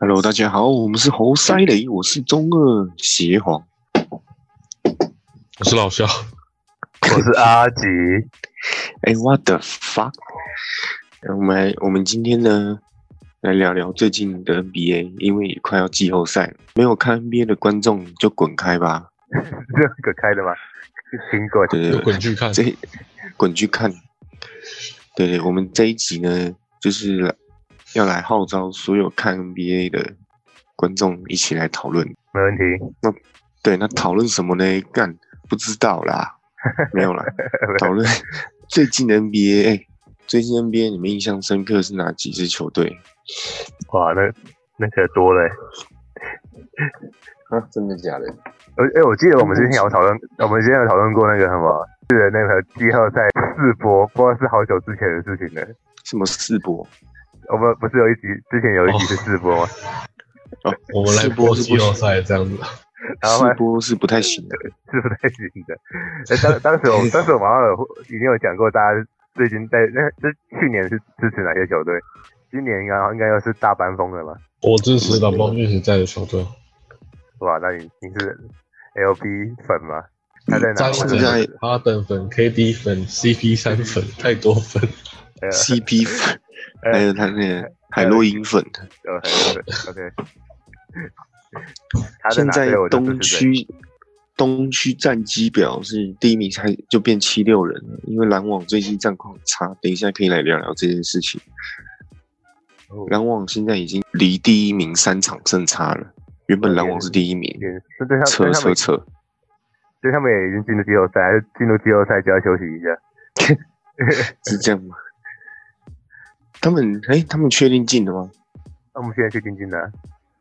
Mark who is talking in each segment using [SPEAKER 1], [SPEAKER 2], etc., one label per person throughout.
[SPEAKER 1] Hello，大家好，我们是猴塞雷，我是中二邪皇。
[SPEAKER 2] 我是老肖，
[SPEAKER 3] 我是阿吉，
[SPEAKER 1] 哎、w h a t the fuck？呃我们来我们今天呢来聊聊最近的 NBA，因为也快要季后赛了，没有看 NBA 的观众就滚开吧，
[SPEAKER 3] 这样可开的吗？挺滚，
[SPEAKER 1] 对
[SPEAKER 2] 有
[SPEAKER 1] 对对，
[SPEAKER 2] 滚去看。
[SPEAKER 1] 呃这滚去看。对对，我们这一集呢，就是来要来号召所有看 NBA 的观众一起来讨论。
[SPEAKER 3] 没问题。
[SPEAKER 1] 对，那讨论什么呢？干不知道啦，没有啦。讨论最近的 NBA，、哎，最近 NBA 你们印象深刻是哪几支球队？
[SPEAKER 3] 哇，那那可多了欸。
[SPEAKER 1] 啊，真的假的？
[SPEAKER 3] 我哎、我记得我们之前有讨
[SPEAKER 1] 嗯
[SPEAKER 3] 论，我们之前有讨论过那个什么，是那个季后赛世博，不知道是好久之前的事情了。
[SPEAKER 1] 什么世博？
[SPEAKER 3] 我们不是有一集之前有一集是世博吗？
[SPEAKER 2] 我们来
[SPEAKER 1] 世博
[SPEAKER 2] 播
[SPEAKER 1] 是
[SPEAKER 2] 季后赛这样子，
[SPEAKER 3] 然后
[SPEAKER 1] 世博是不太行的。
[SPEAKER 3] 是不太行的。哎、当 当时我们当时我们好像有已经有讲过，大家最近在那这去年是支持哪些球队？今年应该应该又是大班风了吧？
[SPEAKER 2] 我支持蓝帮运行在的球队，
[SPEAKER 1] 哎
[SPEAKER 3] 哇，那你你是 L B 粉吗？他在哪？
[SPEAKER 2] 詹
[SPEAKER 3] 我
[SPEAKER 1] 现
[SPEAKER 3] 真的
[SPEAKER 1] 在
[SPEAKER 2] 粉、哈登粉、KD 粉、CP 三粉，太多粉。
[SPEAKER 3] 呃
[SPEAKER 1] CP 粉，
[SPEAKER 3] 呃
[SPEAKER 1] 还有他那个海洛因粉，
[SPEAKER 3] 呃，很有可 OK。他
[SPEAKER 1] 现
[SPEAKER 3] 哪
[SPEAKER 1] 在
[SPEAKER 3] 队我就支
[SPEAKER 1] 东
[SPEAKER 3] 持谁
[SPEAKER 1] 区东区战绩表是第一名，才就变七六人了，因为篮网最近战况很差，等一下可以来聊聊这件事情。
[SPEAKER 3] 哦
[SPEAKER 1] 篮网现在已经离第一名三场胜差了，原本篮网是第一名，
[SPEAKER 3] 也是对他
[SPEAKER 1] 扯
[SPEAKER 3] 对他
[SPEAKER 1] 扯
[SPEAKER 3] 们
[SPEAKER 1] 扯，
[SPEAKER 3] 对他们也已经进入季后赛，还是进入季后赛就要休息一下。
[SPEAKER 1] 是这样吗？他们哎、他们确定进了吗？
[SPEAKER 3] 那我们现在确定进了，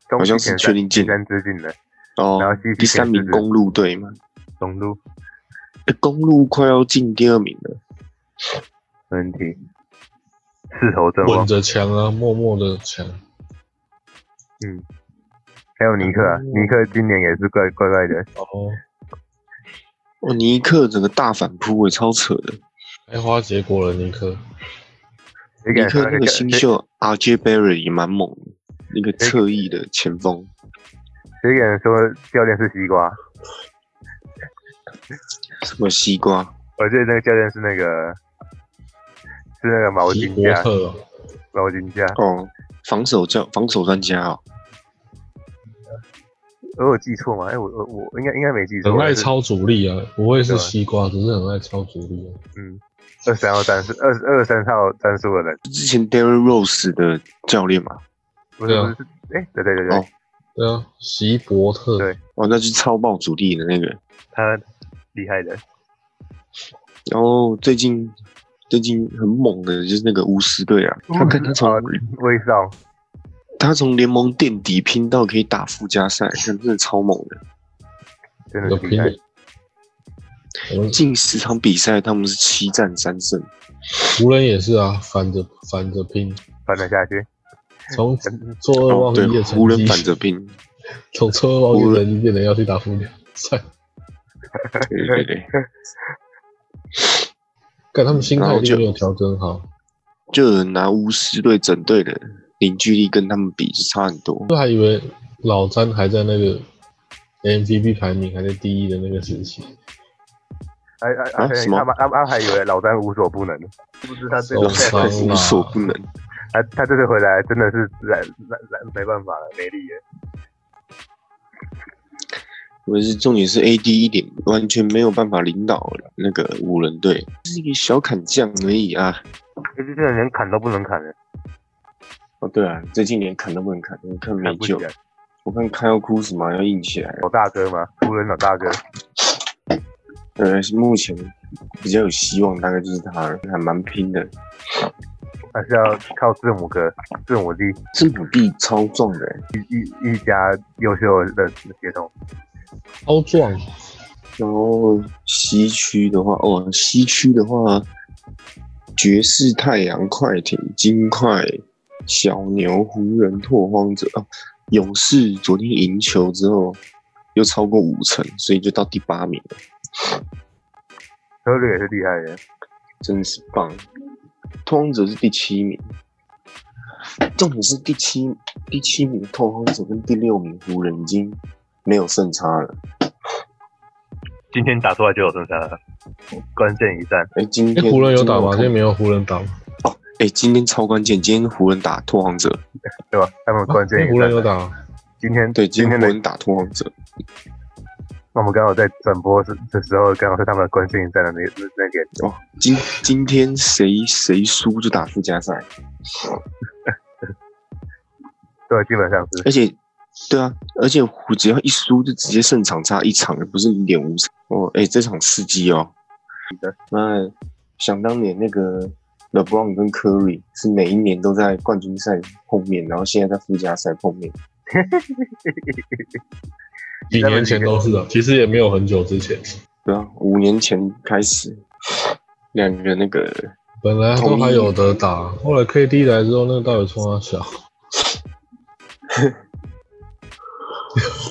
[SPEAKER 3] 中
[SPEAKER 1] 好
[SPEAKER 3] 区
[SPEAKER 1] 像是
[SPEAKER 3] 前
[SPEAKER 1] 确
[SPEAKER 3] 三
[SPEAKER 1] 定进了
[SPEAKER 3] 三支进了，
[SPEAKER 1] 哦
[SPEAKER 3] 然，后西区
[SPEAKER 1] 第三
[SPEAKER 3] 前
[SPEAKER 1] 名
[SPEAKER 3] 四
[SPEAKER 1] 公路队吗？
[SPEAKER 3] 中路
[SPEAKER 1] 哎公路快要进第二名了，
[SPEAKER 3] 没问题，势头正
[SPEAKER 2] 稳
[SPEAKER 3] 旺。
[SPEAKER 2] 着强啊，默默的强。
[SPEAKER 3] 还有尼克啊，尼克今年也是怪怪怪的，
[SPEAKER 2] 哦，
[SPEAKER 1] 哦，尼克整个大反扑，哎，超扯的。
[SPEAKER 2] 开花结果了，尼克。
[SPEAKER 3] 你
[SPEAKER 1] 尼
[SPEAKER 3] 感觉
[SPEAKER 1] 克那个新秀 RJ Barry 也蛮猛的，那个侧翼的前锋，
[SPEAKER 3] 谁敢说教练是西瓜？
[SPEAKER 1] 什么西瓜，
[SPEAKER 3] 我记得那个教练是那个是那个毛
[SPEAKER 2] 吉
[SPEAKER 3] 巾
[SPEAKER 2] 伯
[SPEAKER 3] 架，
[SPEAKER 2] 特啊
[SPEAKER 3] 毛巾架。
[SPEAKER 1] 哦，防守教防守专家哦，
[SPEAKER 3] 我有记错吗？哎、我我我应该应该没记错。
[SPEAKER 2] 很爱
[SPEAKER 3] 但是
[SPEAKER 2] 超主力啊，不会是
[SPEAKER 3] 对啊
[SPEAKER 2] 西瓜，只是很爱超主力啊。
[SPEAKER 3] 嗯，二三号战术，二二三号战术的人，
[SPEAKER 1] 之前 Darren Rose 的教练嘛，
[SPEAKER 3] 不是
[SPEAKER 2] 对啊
[SPEAKER 3] 不是，哎、对对对对，
[SPEAKER 1] 哦
[SPEAKER 2] 对啊，席伯特。
[SPEAKER 3] 对
[SPEAKER 1] 哦，那是超爆主力的那个。
[SPEAKER 3] 他厉害的，
[SPEAKER 1] 然后最近最近很猛的就是那个巫师队啊，他看他从
[SPEAKER 3] 哦威少，
[SPEAKER 1] 他从联盟垫底拼到可以打附加赛，看真的超猛的。
[SPEAKER 3] 真的
[SPEAKER 2] 有
[SPEAKER 3] 是厉
[SPEAKER 2] 拼
[SPEAKER 3] 害
[SPEAKER 2] 的。。我们
[SPEAKER 1] 近十场比赛他们是七战三胜，
[SPEAKER 2] 湖人也是啊，反着反着拼，
[SPEAKER 3] 翻了下去，
[SPEAKER 2] 从
[SPEAKER 3] 真
[SPEAKER 2] 做二
[SPEAKER 1] 哦
[SPEAKER 2] 望
[SPEAKER 1] 对
[SPEAKER 2] 一的，
[SPEAKER 1] 湖
[SPEAKER 2] 成
[SPEAKER 1] 人
[SPEAKER 2] 绩，
[SPEAKER 1] 反着拼，
[SPEAKER 2] 从错二望一的人变成要去打附加赛。
[SPEAKER 1] 对对对。
[SPEAKER 2] 看他们心
[SPEAKER 1] 然
[SPEAKER 2] 态
[SPEAKER 1] 后就
[SPEAKER 2] 就没有调整好，
[SPEAKER 1] 就有人拿巫师队整队的凝聚力跟他们比是差很多。
[SPEAKER 2] 就还以为老詹还在那个 MVP 排名还在第一的那个时期，
[SPEAKER 3] 哎哎哎
[SPEAKER 1] 啊什，么
[SPEAKER 3] 他们他们还以为老詹无所不能，是不是他这
[SPEAKER 2] 受
[SPEAKER 3] 次
[SPEAKER 2] 伤
[SPEAKER 1] 无
[SPEAKER 2] 啦
[SPEAKER 1] 所不能，
[SPEAKER 3] 他他这次回来真的是来来来没办法了，没力了。
[SPEAKER 1] 可是重点是 AD 一点完全没有办法领导那个五人队，是一个小砍将而已啊。
[SPEAKER 3] 哎，这个连砍都不能砍了，
[SPEAKER 1] 哦，对啊，最近连砍都不能砍，我看没
[SPEAKER 3] 砍不起
[SPEAKER 1] 救
[SPEAKER 3] 来。。
[SPEAKER 1] 我看开要哭什么要硬起来了，
[SPEAKER 3] 老大哥嘛，湖人老大哥，
[SPEAKER 1] 呃，目前比较有希望大概就是他了，还蛮拼的。
[SPEAKER 3] 还是要靠字母哥、字母弟
[SPEAKER 1] 字母弟超壮的、欸
[SPEAKER 3] 一一家优秀的协同。
[SPEAKER 2] 超壮，
[SPEAKER 1] 然后西区的话，哦，西区的话，爵士、太阳、快艇、金块、小牛、湖人、拓荒者、哦、勇士，昨天赢球之后又超过五成，所以就到第八名了，
[SPEAKER 3] 策略也是厉害的，
[SPEAKER 1] 真是棒。拓荒者是第七名，重点是第七第七名拓荒者跟第六名湖人已经没有胜差了。
[SPEAKER 3] 今天打出来就有胜差了，关键一战，
[SPEAKER 1] 哎、今
[SPEAKER 2] 哎、
[SPEAKER 1] 天
[SPEAKER 2] 湖人有打
[SPEAKER 1] 今
[SPEAKER 2] 吗？今天
[SPEAKER 1] 天
[SPEAKER 2] 没有湖人打吗，
[SPEAKER 1] 哎、今天超关键，今天湖人打拓荒者，
[SPEAKER 3] 对吧？他们关
[SPEAKER 2] 今
[SPEAKER 3] 键
[SPEAKER 2] 天
[SPEAKER 3] 一
[SPEAKER 2] 湖啊人有
[SPEAKER 3] 战。
[SPEAKER 2] 打吗，
[SPEAKER 3] 今天
[SPEAKER 1] 对，今
[SPEAKER 3] 今
[SPEAKER 1] 天
[SPEAKER 3] 天
[SPEAKER 1] 湖
[SPEAKER 3] 的，
[SPEAKER 1] 人打拓荒者，
[SPEAKER 3] 那我们刚好在转播的的时候，刚好是他们的关键一战的那个那那点。
[SPEAKER 1] 哦，今今天谁谁输就打附加赛，
[SPEAKER 3] 对，基本上是
[SPEAKER 1] 而且，对啊，而且湖只要一输就直接胜场差一场，不是零点五场哦。哎、这场刺激哦。那想当年那个 LeBron 跟 Curry 是每一年都在冠军赛碰面，然后现在在附加赛碰面。
[SPEAKER 2] 几年前都是的，啊其实也没有很久之前，
[SPEAKER 1] 对啊，五年前开始，两个那个
[SPEAKER 2] 本来都还有得打，后来 KD 来之后，那个到底冲他小？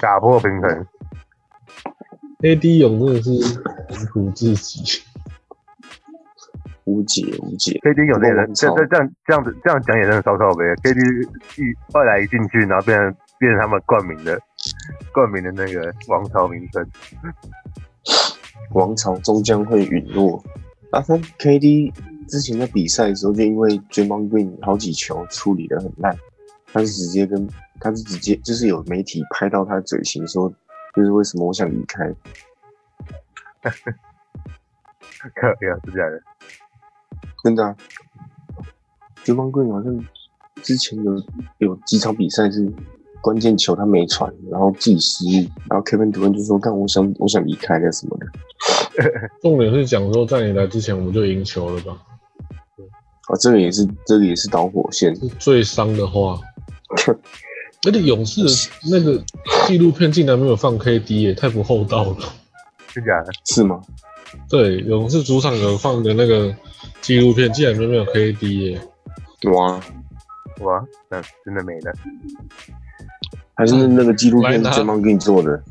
[SPEAKER 3] 打破平衡。
[SPEAKER 2] AD 勇真的是辛苦自己，
[SPEAKER 1] 无解无解。
[SPEAKER 3] KD 有那人，
[SPEAKER 1] 这个
[SPEAKER 3] 这
[SPEAKER 1] 我很
[SPEAKER 3] 这这样这样子这样讲也真的超超呗。KD 一后来一进去，然后变成变成他们冠名的冠名的那个王朝名称。
[SPEAKER 1] 王朝终将会陨落。啊，他 KD 之前在比赛的时候，就因为 d r a m o n Green 好几球处理的很烂，他是直接跟他是直接就是有媒体拍到他嘴型说，就是为什么我想离开，
[SPEAKER 3] 可以啊，是这样的。
[SPEAKER 1] 真的、啊。d r a m o n Green 好像之前有有几场比赛是关键球他没传，然后自己失误，然后 Kevin Durant 就说，但我想我想离开了什么的。
[SPEAKER 2] 重点是讲说在你来之前我们就赢球了吧？
[SPEAKER 1] 啊，这个也是这个也是导火线。
[SPEAKER 2] 是最伤的话，而且勇士的那个纪录片竟然没有放 KD，也太不厚道了。
[SPEAKER 3] 是假的，
[SPEAKER 1] 是吗？
[SPEAKER 2] 对，勇士主场有放的那个纪录片，竟然都没有 KD 耶、
[SPEAKER 1] 哇，
[SPEAKER 3] 哇，那真的没了。
[SPEAKER 1] 还是那个纪录
[SPEAKER 2] 来
[SPEAKER 1] 片
[SPEAKER 2] 拿
[SPEAKER 1] d r a m o n Green 做的。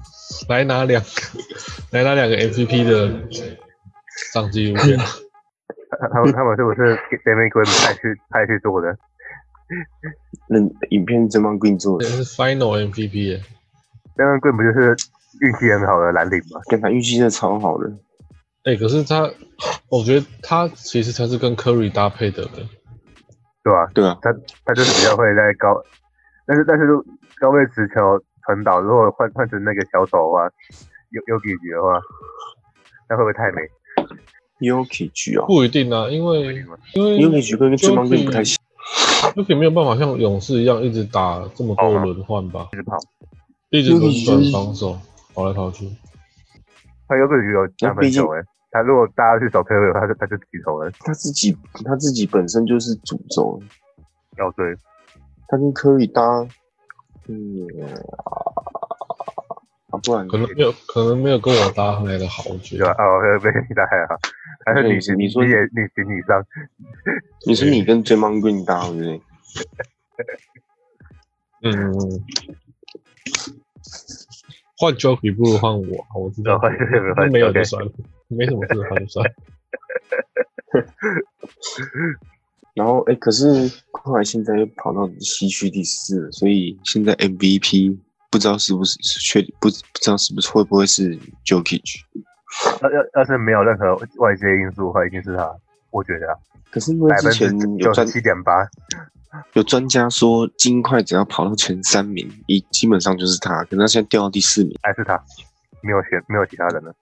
[SPEAKER 2] 来拿两个， 来拿两个 MVP 的上纪录片，
[SPEAKER 3] 他他们他们是不是给 d a m i g r e e 派去派去做的？
[SPEAKER 1] 那影片真帮 Green 做
[SPEAKER 2] 这
[SPEAKER 1] 的，
[SPEAKER 2] 是 Final MVP 耶、
[SPEAKER 3] d a m i g r e e 不就是运气很好的蓝领吗？
[SPEAKER 1] 跟他运气真的超好的。
[SPEAKER 2] 哎、可是他，我觉得他其实才是跟 Curry 搭配的人。
[SPEAKER 3] 对吧、
[SPEAKER 1] 对啊，
[SPEAKER 3] 他就是比较会在高，但是但是如果高位持球传导，如果换换成那个小丑的话，有有比局的话，那会不会太美？
[SPEAKER 1] Yuki 局哦
[SPEAKER 2] 不一定啊，因为因为
[SPEAKER 1] ，Yuki 局跟真帮 Green
[SPEAKER 2] Jokic-
[SPEAKER 1] 不太像，
[SPEAKER 2] Yuki 没有办法像勇士一样一直打这么多轮换吧，
[SPEAKER 3] 哦一直跑，
[SPEAKER 2] 一直轮
[SPEAKER 1] Jokic 就是
[SPEAKER 2] 转防守，跑来跑去。
[SPEAKER 3] 他有比局有三分球哎、他如果大家去找推位，他就他就起头了。
[SPEAKER 1] 他自己他自己本身就是诅咒，
[SPEAKER 3] 要追，
[SPEAKER 1] 他跟 Curry 搭，嗯啊，不然
[SPEAKER 2] 可能没有，可能没有跟我搭来的好，我觉
[SPEAKER 3] 嗯对
[SPEAKER 2] 得
[SPEAKER 3] 吧？。哦，被被你打还好，还是
[SPEAKER 1] 对
[SPEAKER 3] 你
[SPEAKER 1] 你说
[SPEAKER 3] 你也你行你上，
[SPEAKER 1] 你说你跟真帮 Green 搭，对不对？
[SPEAKER 2] 嗯，换 Joker 不如换我，我知道
[SPEAKER 3] 哦换 Jokic 换
[SPEAKER 2] 没有就
[SPEAKER 3] OK
[SPEAKER 2] 算了，没什么事的话就算了。
[SPEAKER 1] 然后哎，诶可是后来现在又跑到西区第四了，所以现在 MVP 不知道是不是确不不知道是不是会不会是 Jokic。
[SPEAKER 3] 要要要是没有任何外界因素的话，一定是他，我觉得啊
[SPEAKER 1] 可是因为
[SPEAKER 3] 百
[SPEAKER 1] 之
[SPEAKER 3] 分之
[SPEAKER 1] 前有
[SPEAKER 3] 九十
[SPEAKER 1] 专
[SPEAKER 3] 七点八，
[SPEAKER 1] 有专家说，金块只要跑到前三名，一基本上就是他，可能他现在掉到第四名。
[SPEAKER 3] 还是他，没有选没有其他人了。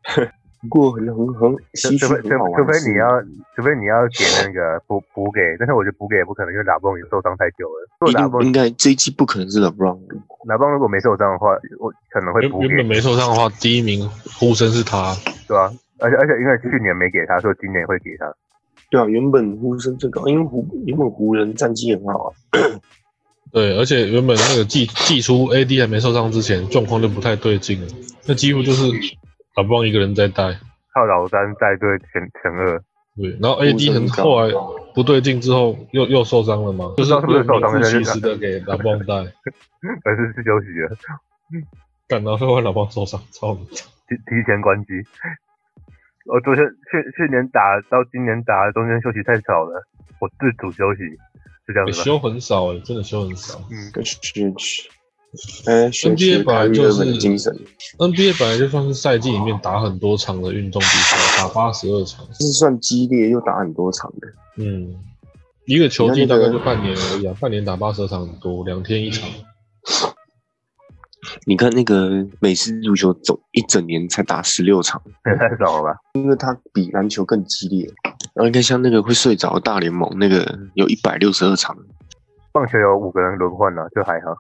[SPEAKER 1] 不过很很很
[SPEAKER 3] 除
[SPEAKER 1] 西区
[SPEAKER 3] 除非除
[SPEAKER 1] 很好玩
[SPEAKER 3] 除
[SPEAKER 1] 的
[SPEAKER 3] 非
[SPEAKER 1] 是，
[SPEAKER 3] 你要，除非你要给那个补补给，但是我觉得补给也不可能，因为拉蹦也受伤太久了。如果
[SPEAKER 1] 一
[SPEAKER 3] 拉
[SPEAKER 1] 定
[SPEAKER 3] 蹦
[SPEAKER 1] 应该这一季不可能是 LeBron，
[SPEAKER 3] 拉蹦如果没受伤的话，我可能会
[SPEAKER 2] 原
[SPEAKER 3] 补
[SPEAKER 2] 原本
[SPEAKER 3] 给，
[SPEAKER 2] 没受伤的话，第一名呼声是他，
[SPEAKER 3] 对啊，而且而且因为去年没给他，所以今年会给他。
[SPEAKER 1] 对啊，原本呼声最高，因为湖原本湖人战绩很好啊，
[SPEAKER 2] 对，而且原本那个季季初 AD 还没受伤之前，状况就不太对劲了，那几乎就是打不让一个人在带，靠
[SPEAKER 3] 老詹带队前前二，
[SPEAKER 2] 对，然后
[SPEAKER 1] 呼
[SPEAKER 2] AD
[SPEAKER 1] 声
[SPEAKER 2] 很
[SPEAKER 1] 高
[SPEAKER 2] 后来不对劲之后又又受伤了嘛，就是
[SPEAKER 3] 知道是不是受
[SPEAKER 2] 名
[SPEAKER 3] 伤
[SPEAKER 2] 副
[SPEAKER 3] 但是
[SPEAKER 2] 其实的给打不让 带，
[SPEAKER 3] 可是是休息了，
[SPEAKER 2] 干然后后来打不让受伤， 操你！
[SPEAKER 3] 提提前关机。我昨天去去年打到今年打，中间休息太少了，我自主休息，是这样
[SPEAKER 2] 欸
[SPEAKER 3] 子吧？
[SPEAKER 2] 休很少哎、真的休很少。
[SPEAKER 3] 嗯，
[SPEAKER 1] 跟 Strange，哎，Strange
[SPEAKER 2] 本来
[SPEAKER 1] 日
[SPEAKER 2] 就是
[SPEAKER 1] 本的精神，
[SPEAKER 2] NBA 本来就算是赛季里面打很多场的运动比赛，打八十二场，
[SPEAKER 1] 是算激烈又打很多场的。
[SPEAKER 2] 嗯，一个球季
[SPEAKER 1] 那
[SPEAKER 2] 大
[SPEAKER 1] 那个
[SPEAKER 2] 概就半年而已啊，半年打八十二场很多，两天一场。
[SPEAKER 3] 嗯
[SPEAKER 1] 你看那个美式足球总一整年才打十六场，
[SPEAKER 3] 太少了吧？
[SPEAKER 1] 因为它比篮球更激烈。嗯然后你看像那个会睡着的大联盟，那个有一百六十二场，
[SPEAKER 3] 棒球有五个人轮换了，就还好。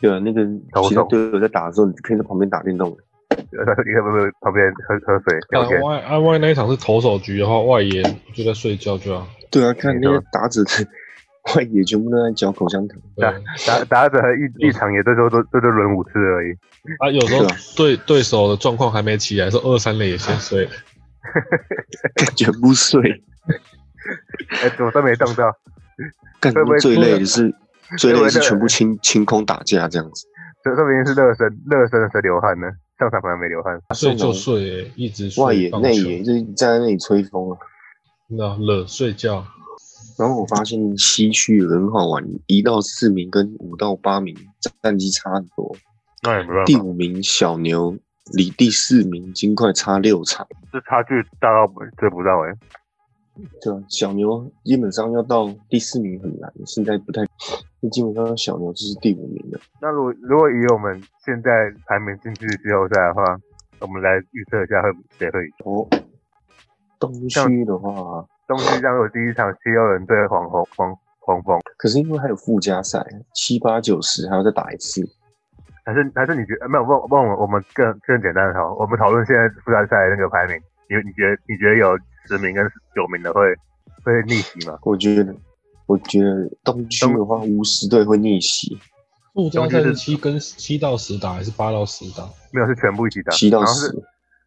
[SPEAKER 1] 对啊，那个
[SPEAKER 3] 懂
[SPEAKER 1] 其他队友在打的时候，你可以在旁边打电动。
[SPEAKER 3] 你看不不旁边喝喝水聊
[SPEAKER 2] 但
[SPEAKER 3] 天，
[SPEAKER 2] 外啊外那一场是投手局的话，外野就在睡觉就好。
[SPEAKER 1] 对啊，看
[SPEAKER 3] 没
[SPEAKER 1] 那
[SPEAKER 3] 错
[SPEAKER 1] 些打者的 外野全部都在嚼口 香糖。
[SPEAKER 2] 对啊
[SPEAKER 3] 打打者一一场也最多都最多轮五次而已。
[SPEAKER 2] 啊，有时候
[SPEAKER 1] 是啊
[SPEAKER 2] 对对手的状况还没起来，说二三垒也先睡。
[SPEAKER 1] 全部睡。
[SPEAKER 3] 哎，怎么都没动到？
[SPEAKER 1] 干
[SPEAKER 3] 会不会
[SPEAKER 1] 最
[SPEAKER 3] 哭
[SPEAKER 1] 累
[SPEAKER 3] 了
[SPEAKER 1] 的是，最累的
[SPEAKER 3] 会不会
[SPEAKER 1] 是
[SPEAKER 3] 在
[SPEAKER 1] 全部清清空打架这样 子。
[SPEAKER 3] 这说明是热身，热身的时候流汗呢，上场反而没流汗。
[SPEAKER 2] 睡就睡欸、一直睡
[SPEAKER 1] 外野、
[SPEAKER 2] 棒球
[SPEAKER 1] 内野就是站在那里吹风啊。
[SPEAKER 2] 那冷睡觉，
[SPEAKER 1] 然后我发现西区有个很好玩，一到四名跟五到八名战绩差很多。
[SPEAKER 3] 那也没办
[SPEAKER 1] 第，五名小牛离第四名金块差六场，
[SPEAKER 3] 这差距大到追不到哎、
[SPEAKER 1] 对啊，小牛基本上要到第四名很难，现在不太，基本上小牛就是第五名了。
[SPEAKER 3] 那如果如果以我们现在排名进去季后赛的话，我们来预测一下会谁会赢。
[SPEAKER 1] 哦，东区的话，
[SPEAKER 3] 东西将有第一场七六人对黄红黄黄蜂，
[SPEAKER 1] 可是因为还有附加赛，七八九十还要再打一次，
[SPEAKER 3] 还是还是你觉得呃没有？问问我们我们更更简单的讨论，我们讨论现在附加赛的那个排名，你你觉得你觉得有十名跟九名的会会逆袭吗？
[SPEAKER 1] 我觉得，我觉得东区的话，巫师队会逆袭，
[SPEAKER 2] 附加赛
[SPEAKER 3] 中间
[SPEAKER 2] 是
[SPEAKER 3] 是
[SPEAKER 2] 七跟七到十打还是八到十打？
[SPEAKER 3] 没有，是全部一起打，
[SPEAKER 1] 七到
[SPEAKER 3] 然后
[SPEAKER 1] 十
[SPEAKER 3] 啊是，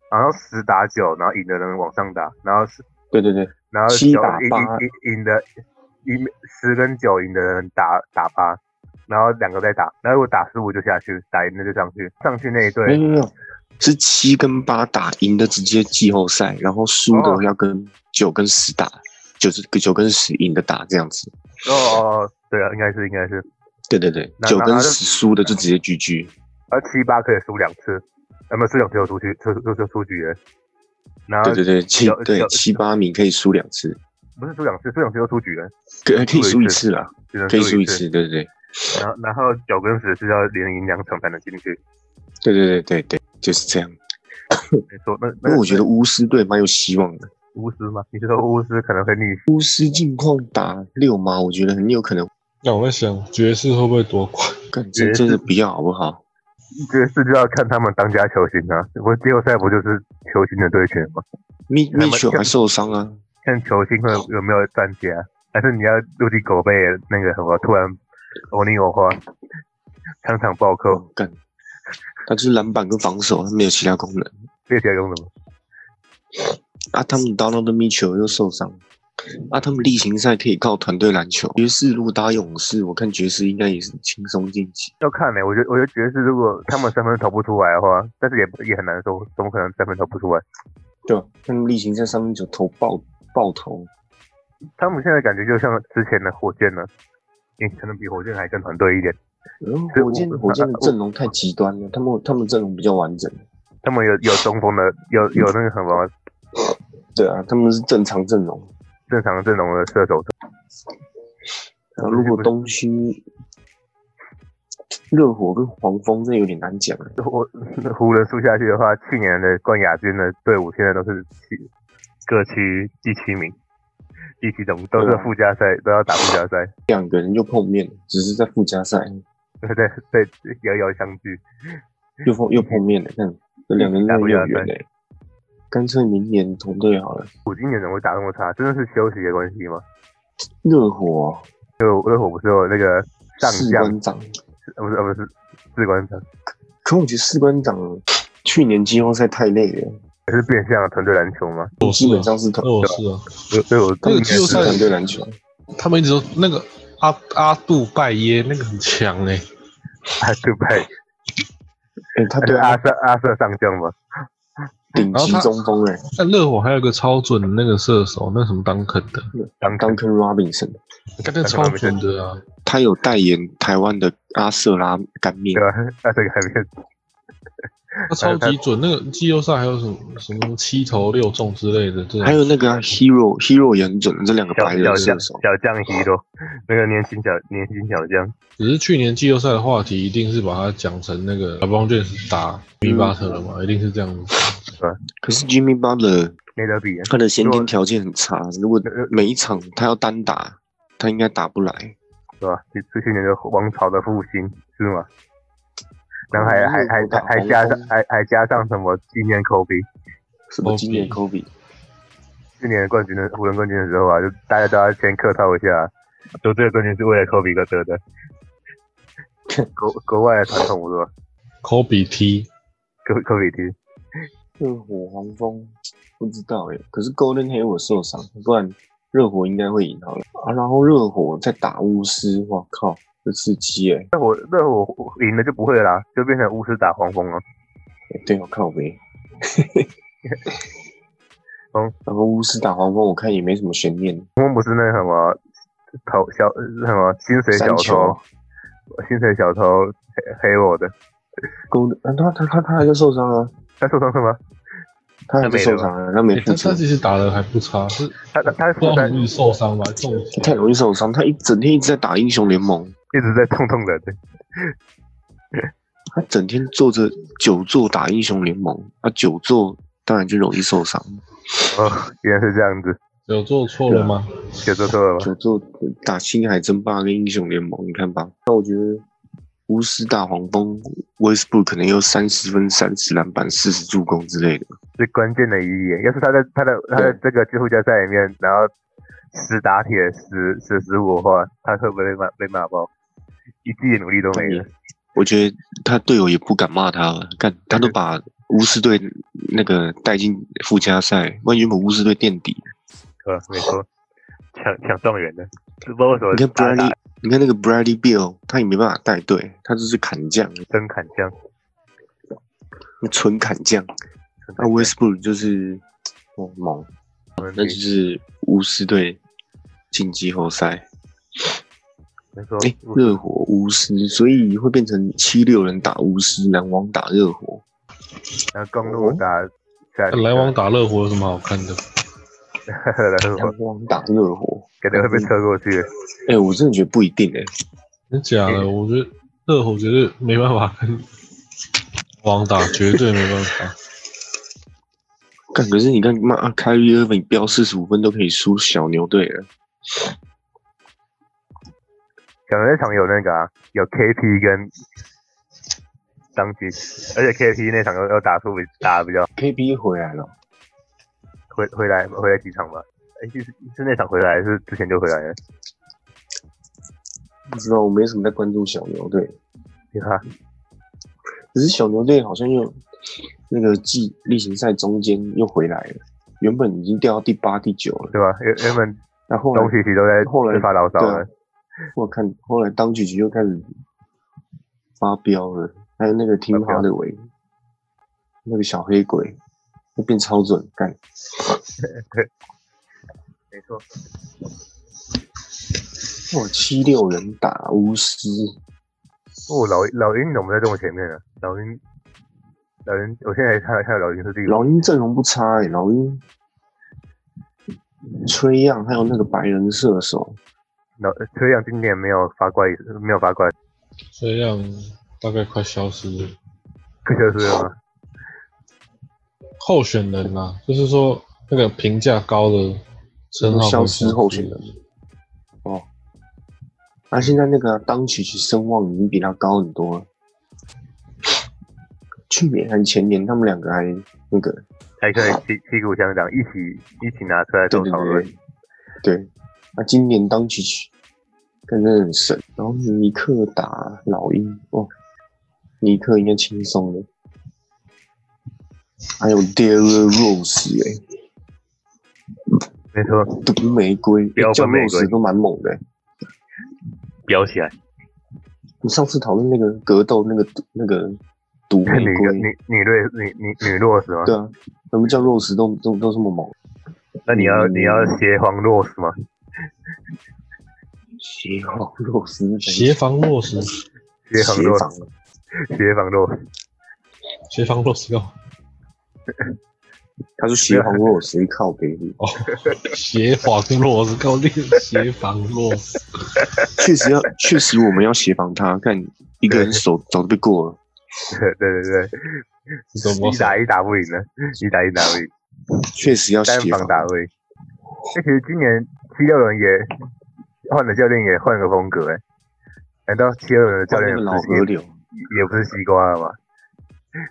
[SPEAKER 3] 然后十打九，然后赢的人往上打，然后是
[SPEAKER 1] 对对对，
[SPEAKER 3] 然后
[SPEAKER 1] 七
[SPEAKER 3] 九
[SPEAKER 1] 打
[SPEAKER 3] 赢
[SPEAKER 1] 八
[SPEAKER 3] 赢赢赢的赢十跟九赢的人打打八，然后两个再打，然后如果打十五就下去，打赢的就上去，上去那一
[SPEAKER 1] 没
[SPEAKER 3] 队
[SPEAKER 1] 有没有没有，是七跟八打赢的直接季后赛，然后输
[SPEAKER 3] 哦
[SPEAKER 1] 的要跟九跟十打，九九跟十赢的打这样子，
[SPEAKER 3] 哦哦哦，对啊，应该是应该是，
[SPEAKER 1] 对对对，
[SPEAKER 3] 那
[SPEAKER 1] 九
[SPEAKER 3] 那
[SPEAKER 1] 跟
[SPEAKER 3] 那就
[SPEAKER 1] 十输的就直接 GG，
[SPEAKER 3] 而七八可以输两次，那么输两次就出去，出出就出局了，然后
[SPEAKER 1] 对对对，七
[SPEAKER 3] 九
[SPEAKER 1] 对
[SPEAKER 3] 九
[SPEAKER 1] 七八名可以输两次，
[SPEAKER 3] 不是输两次，输两次就出局了，
[SPEAKER 1] 可可以输
[SPEAKER 3] 输
[SPEAKER 1] 一
[SPEAKER 3] 一
[SPEAKER 1] 次
[SPEAKER 3] 次
[SPEAKER 1] 啦，
[SPEAKER 3] 只能
[SPEAKER 1] 可以输
[SPEAKER 3] 一
[SPEAKER 1] 一次，对对对
[SPEAKER 3] 然后然后九跟十是要连赢两场才能进去，
[SPEAKER 1] 对对对对对，就是这样。
[SPEAKER 3] 没错，那
[SPEAKER 1] 因为
[SPEAKER 3] 那
[SPEAKER 1] 我觉得巫师队蛮有希望的，
[SPEAKER 3] 巫师吗？你是说巫师可能会逆袭？
[SPEAKER 1] 巫师近况打六吗？我觉得很有可能，
[SPEAKER 2] 那我在想爵士会不会夺冠？
[SPEAKER 1] 干真
[SPEAKER 3] 爵士
[SPEAKER 1] 真的不要好不好？
[SPEAKER 3] 爵士就要看他们当家球星啊！不过季后赛不就是球星的对决吗？
[SPEAKER 1] 米
[SPEAKER 3] 那
[SPEAKER 1] 米
[SPEAKER 3] 么
[SPEAKER 1] 球还受伤啊，
[SPEAKER 3] 看球星会有没有站家，还是你要陆地狗被那个什么突然欧尼欧花，场场暴扣，
[SPEAKER 1] 哦干，他就是篮板跟防守，他没有其他功能
[SPEAKER 3] 这些用什么？
[SPEAKER 1] 啊。他们 Donald Mitchell 又受伤，啊，他们例行赛可以靠团队篮球。爵士如果打勇士，我看爵士应该也是轻松晋级。
[SPEAKER 3] 要看呢、我觉得我觉得爵士如果他们三分投不出来的话，但是也也很难说，怎么可能三分投不出来？
[SPEAKER 1] 对啊，他们例行赛三分球投爆爆头，
[SPEAKER 3] 他们现在感觉就像之前的火箭呢，也可能比火箭还更团队一点。
[SPEAKER 1] 嗯
[SPEAKER 3] 对
[SPEAKER 1] 火箭
[SPEAKER 3] 我
[SPEAKER 1] 火箭的阵容太极端了，他们他们阵容比较完整。
[SPEAKER 3] 他们有有中锋的，有有那个什么
[SPEAKER 1] 对啊，他们是正常阵容。
[SPEAKER 3] 正常阵容的射手的，
[SPEAKER 1] 然啊后如果东区热火跟黄蜂，这有点难讲啊了。
[SPEAKER 3] 我湖 人输下去的话，去年的冠亚军的队伍现在都是七各区第七名，第七种都
[SPEAKER 1] 对
[SPEAKER 3] 是
[SPEAKER 1] 啊
[SPEAKER 3] 附加赛，都要打附加赛，
[SPEAKER 1] 两个人就碰面，只是在附加赛
[SPEAKER 3] 对对对，遥遥相聚。
[SPEAKER 1] 又碰又碰面了，看这两个人
[SPEAKER 3] 打
[SPEAKER 1] 又
[SPEAKER 3] 附
[SPEAKER 1] 有
[SPEAKER 3] 加
[SPEAKER 1] 缘
[SPEAKER 3] 赛
[SPEAKER 1] 嘞。干脆明年同队好了。
[SPEAKER 3] 我今年怎么会打那么差？真的是休息的关系吗？
[SPEAKER 1] 热火
[SPEAKER 3] 就热火不是有那个上
[SPEAKER 1] 士
[SPEAKER 3] 将，
[SPEAKER 1] 官长，
[SPEAKER 3] 呃不是呃不是士官长，
[SPEAKER 1] 可我觉得士官长去年季后赛太累了，
[SPEAKER 3] 也是变相的团队篮球吗？
[SPEAKER 2] 我是
[SPEAKER 1] 基
[SPEAKER 2] 啊
[SPEAKER 1] 本，哦上是团
[SPEAKER 2] 那我是啊，
[SPEAKER 3] 所以所以我
[SPEAKER 2] 那个季后
[SPEAKER 1] 是啊
[SPEAKER 2] 赛
[SPEAKER 1] 团队篮球。
[SPEAKER 2] 他们一直说那个阿阿杜拜耶那个很强哎、
[SPEAKER 3] 啊，对不对？
[SPEAKER 1] 哎，他
[SPEAKER 3] 还是
[SPEAKER 1] 对
[SPEAKER 3] 阿
[SPEAKER 1] 啊，
[SPEAKER 3] 瑟阿瑟上将吗？
[SPEAKER 1] 顶级
[SPEAKER 2] 然后他
[SPEAKER 1] 中锋哎、
[SPEAKER 2] 但热火还有一个超准的那个射手，那个什么当肯的，
[SPEAKER 3] 当
[SPEAKER 1] 当 Duncan Robinson，
[SPEAKER 2] 干那个超准的啊！
[SPEAKER 1] 他有代言台湾的阿瑟拉干面
[SPEAKER 3] 对，吧？那这个还没有
[SPEAKER 2] 他超级准，那个季后赛还有什么什么七投六中之类的这
[SPEAKER 1] 还
[SPEAKER 2] 种，
[SPEAKER 1] 有那个、啊、Hero Hero 也很准，这两个
[SPEAKER 3] 小
[SPEAKER 1] 白人
[SPEAKER 3] 小
[SPEAKER 1] 射
[SPEAKER 3] 将
[SPEAKER 1] 手，
[SPEAKER 3] 小将级都那个年轻小年轻小将，
[SPEAKER 2] 只是去年季后赛的话题一定是把它讲成那个 LeBron James 打 B 巴特了嘛，一定是这样子。
[SPEAKER 1] 可是 Jimmy Butler
[SPEAKER 3] 没得比啊。呃
[SPEAKER 1] 他的先天条件很差，如果每一场他要单打，他应该打不来。
[SPEAKER 3] 对吧？这这些年的王朝的复兴是吗？然后还
[SPEAKER 1] 哦
[SPEAKER 3] 还还还还加上还还加上什么纪念 Kobe
[SPEAKER 1] 什么今年 Kobe
[SPEAKER 3] 去年冠军的湖人冠军的时候啊，就大家都要先客套一下，说这个冠军是为了 Kobe 哥 得的。国国外的传统不多，
[SPEAKER 2] 科比 T
[SPEAKER 3] 科科比 T
[SPEAKER 1] 热火黄蜂不知道耶，可是 Golden Hayward 受伤，不然热火应该会赢好了啊。然后热火在打巫师，哇靠，这刺激欸耶！
[SPEAKER 3] 热火热火赢了就不会了啦，就变成巫师打黄蜂了。
[SPEAKER 1] 对哦，靠 呗。
[SPEAKER 3] 嗯
[SPEAKER 1] 然后巫师打黄蜂，我看也没什么悬念。
[SPEAKER 3] 黄蜂不是那什么头小什么薪水小
[SPEAKER 1] 三球
[SPEAKER 3] 偷，薪水小偷黑黑我的，
[SPEAKER 1] Golden，啊、他他他他还在受伤啊，
[SPEAKER 3] 他受伤了吗？
[SPEAKER 1] 他还在受伤啊，他没
[SPEAKER 2] 欸他
[SPEAKER 1] 复出
[SPEAKER 2] 他。其实打的还不差，是
[SPEAKER 3] 他他他是
[SPEAKER 2] 不知道
[SPEAKER 3] 负担
[SPEAKER 2] 很容易受伤吧？中
[SPEAKER 1] 他太容易受伤，他一整天一直在打英雄联盟，
[SPEAKER 3] 一直在痛痛的，对，
[SPEAKER 1] 他整天坐着久坐打英雄联盟，啊，久坐当然就容易受伤。
[SPEAKER 3] 哦，原来是这样子，
[SPEAKER 2] 有做错了吗？
[SPEAKER 1] 啊
[SPEAKER 3] 写做错了吧？
[SPEAKER 1] 久坐打星海争霸跟英雄联盟，你看吧。那我觉得巫师打黄蜂，Westbrook 可能有三十分、三十篮板、四十助攻之类的。
[SPEAKER 3] 最关键的一页，要是他在他的他在这个季后赛赛里面，然后十打铁十十十五的话，他会不会被骂被骂爆？一季的努力都没了，
[SPEAKER 1] 我觉得他队友也不敢骂他了，看他都把巫师队那个带进附加赛，万一原本巫师队垫底，
[SPEAKER 3] 对吧？没错，抢抢状元的，不知道为什么
[SPEAKER 1] 你看
[SPEAKER 3] 打打
[SPEAKER 1] Bradley，你看那个 Bradley Bill，他也没办法带队，他就是砍将，
[SPEAKER 3] 真砍将，
[SPEAKER 1] 纯砍将。那 Westbrook 啊就是哦猛，那就是巫师队进季后赛。
[SPEAKER 3] 没错，
[SPEAKER 1] 哎、热火巫师，所以会变成七六人打巫师，篮网打热火。
[SPEAKER 3] 然后公
[SPEAKER 1] 哦
[SPEAKER 3] 路打下
[SPEAKER 2] 篮网打热火有什么好看的？
[SPEAKER 3] 来往
[SPEAKER 1] 篮网打热火，
[SPEAKER 3] 肯定会
[SPEAKER 1] 嗯
[SPEAKER 3] 被车过去的，
[SPEAKER 1] 哎、我真的觉得不一定哎、
[SPEAKER 2] 真假
[SPEAKER 1] 嗯
[SPEAKER 2] 的？我觉得热火绝对没办法跟网打，绝对没办法。
[SPEAKER 1] 干，可是你看，妈，凯瑞厄文飙四十五分都可以输小牛队了。
[SPEAKER 3] 小牛那场有那个、啊、有 KP 跟张吉，而且 KP 那场又又打出比打得比较
[SPEAKER 1] KP 回来了，
[SPEAKER 3] 回回来回来几场吧？哎、就是是那场回来，还是之前就回来了？
[SPEAKER 1] 不知道，我没什么在关注小牛队，
[SPEAKER 3] 你看，
[SPEAKER 1] 可是小牛队好像又那个季例行赛中间又回来了，原本已经掉到第八、第九了，
[SPEAKER 3] 对吧？原原本
[SPEAKER 1] 然后后
[SPEAKER 3] 东
[SPEAKER 1] 来
[SPEAKER 3] 契奇都在
[SPEAKER 1] 后来
[SPEAKER 3] 在发牢骚
[SPEAKER 1] 对
[SPEAKER 3] 了
[SPEAKER 1] 啊，我看后来当局局又开始发飙了，还有那个听
[SPEAKER 3] 发飙
[SPEAKER 1] 哈的维，那个小黑鬼，那变超准干。
[SPEAKER 3] 没错，
[SPEAKER 1] 我七六人打巫师，
[SPEAKER 3] 哦，老老鹰怎么在这么前面呢？老鹰，老鹰，我现在看到看到老鹰是第五，
[SPEAKER 1] 老鹰阵容不差哎、老鹰崔样，还有那个白人射手，
[SPEAKER 3] 老崔杨今年没有发怪，没有发怪，
[SPEAKER 2] 这样大概快消失了。
[SPEAKER 3] 可就是了吗？
[SPEAKER 2] 候选人呐、就是说那个评价高的称号会
[SPEAKER 1] 消失候选人。哦，那、现在那个当曲曲声望已经比他高很多了。去年还前年，他们两个还那个，
[SPEAKER 3] 还可以旗旗鼓相当，一起一起拿出来
[SPEAKER 1] 对
[SPEAKER 3] 做
[SPEAKER 1] 对
[SPEAKER 3] 讨论
[SPEAKER 1] 对，，对。那、今年当曲曲，真的很神。然后尼克打老鹰，哦，尼克应该轻松的。还有 d a r r Rose 哎、
[SPEAKER 3] 没错，
[SPEAKER 1] 毒玫瑰，
[SPEAKER 3] 标
[SPEAKER 1] 叫
[SPEAKER 3] 本玫
[SPEAKER 1] Rose
[SPEAKER 3] 瑰
[SPEAKER 1] 都蛮猛的、欸。
[SPEAKER 3] 飙起来。
[SPEAKER 1] 你上次讨论那个格斗那个那个毒玫
[SPEAKER 3] 女
[SPEAKER 1] 瑰，
[SPEAKER 3] 女女瑞女女女洛是吗？
[SPEAKER 1] 对啊，他们叫 Rose 都都都这么猛，
[SPEAKER 3] 那你要你要协防 Rose 吗？
[SPEAKER 1] 协防 Rose 是谁
[SPEAKER 2] 协防落实，
[SPEAKER 3] 协防
[SPEAKER 1] 协
[SPEAKER 3] Rose，
[SPEAKER 1] 防
[SPEAKER 3] 协防 Rose，
[SPEAKER 2] 协防落实干嘛？
[SPEAKER 1] 他说协防 Rose 谁靠北你？
[SPEAKER 2] 哦，协防落实，搞定协防落 实。
[SPEAKER 1] 确实要，确实我们要协防他，看一个人手早就被过了。
[SPEAKER 3] 对对对对，
[SPEAKER 2] 怎么
[SPEAKER 3] 一？打一打不赢的，一打一打不赢，
[SPEAKER 1] 确实要
[SPEAKER 3] 单
[SPEAKER 1] 协
[SPEAKER 3] 防
[SPEAKER 1] 防，
[SPEAKER 3] 打不赢。那其实今年七六人也换了教练，也换个风格哎、难道七六人的教
[SPEAKER 1] 换
[SPEAKER 3] 练
[SPEAKER 1] 那
[SPEAKER 3] 也
[SPEAKER 1] 个
[SPEAKER 3] 不
[SPEAKER 1] 老
[SPEAKER 3] 是
[SPEAKER 1] 河
[SPEAKER 3] 也
[SPEAKER 1] 流，
[SPEAKER 3] 也不是西瓜了吗？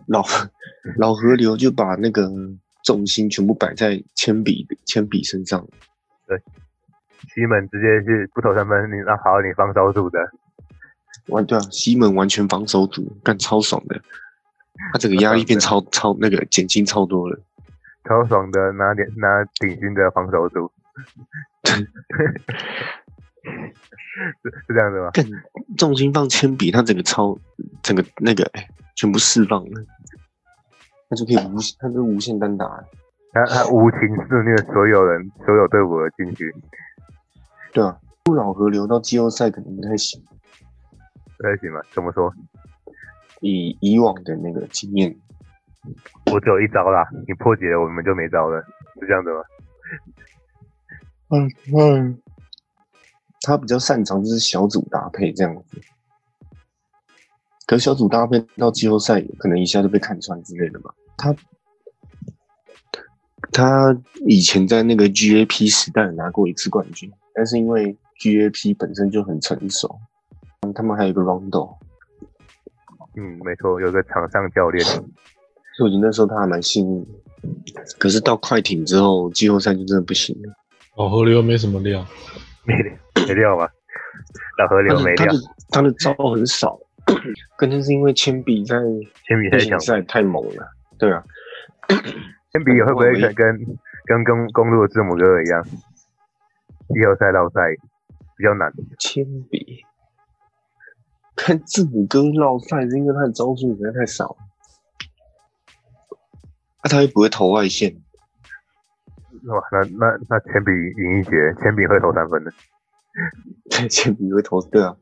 [SPEAKER 1] 老老河流就把那个重心全部摆在铅笔铅笔身上。
[SPEAKER 3] 西门直接去不投三分，你那好，你防守组的，
[SPEAKER 1] 完对啊，西门完全防守组，干超爽的。他整个压力变超超那个减轻超多了，
[SPEAKER 3] 超爽的拿点拿顶薪的防守 组， 是是这样子吗？
[SPEAKER 1] 更重心放铅笔，他整个超整个那个哎、全部释放了，他就可以无他就无限单打、
[SPEAKER 3] 他他无情肆虐所有人，所有队伍的禁区。
[SPEAKER 1] 对啊，不老河流到季后赛可能不太行，
[SPEAKER 3] 不太行吧？怎么说？
[SPEAKER 1] 以以往的那个经验，
[SPEAKER 3] 我只有一招啦，你破解了我们就没招了，是这样子吗？
[SPEAKER 1] 嗯嗯，他比较擅长就是小组搭配这样子，可是小组搭配到季后赛可能一下就被看穿之类的吧。他他以前在那个 GAP 时代拿过一次冠军，但是因为 GAP 本身就很成熟，他们还有一个 Rondo，
[SPEAKER 3] 嗯，没错，有个场上教练，
[SPEAKER 1] 所以我觉得那时候他还蛮幸运的。可是到快艇之后，季后赛就真的不行了。
[SPEAKER 2] 老哦河流没什么料，
[SPEAKER 3] 没没料吗？老河
[SPEAKER 1] 他
[SPEAKER 3] 流没
[SPEAKER 1] 的他
[SPEAKER 3] 料
[SPEAKER 1] 的，他的招很少，可能是因为铅笔在
[SPEAKER 3] 铅
[SPEAKER 1] 飞
[SPEAKER 3] 笔太
[SPEAKER 1] 行
[SPEAKER 3] 强，
[SPEAKER 1] 赛太猛了。对啊，
[SPEAKER 3] 铅笔会不会跟跟跟公公路的字母哥一样，季后赛绕赛比较难？
[SPEAKER 1] 铅笔。 看字母哥绕赛是因为他的招数实在太少了，那、他又不会投外线，
[SPEAKER 3] 哇，那那那铅笔赢一节，铅笔会投三分的，
[SPEAKER 1] 对，铅笔会投对啊。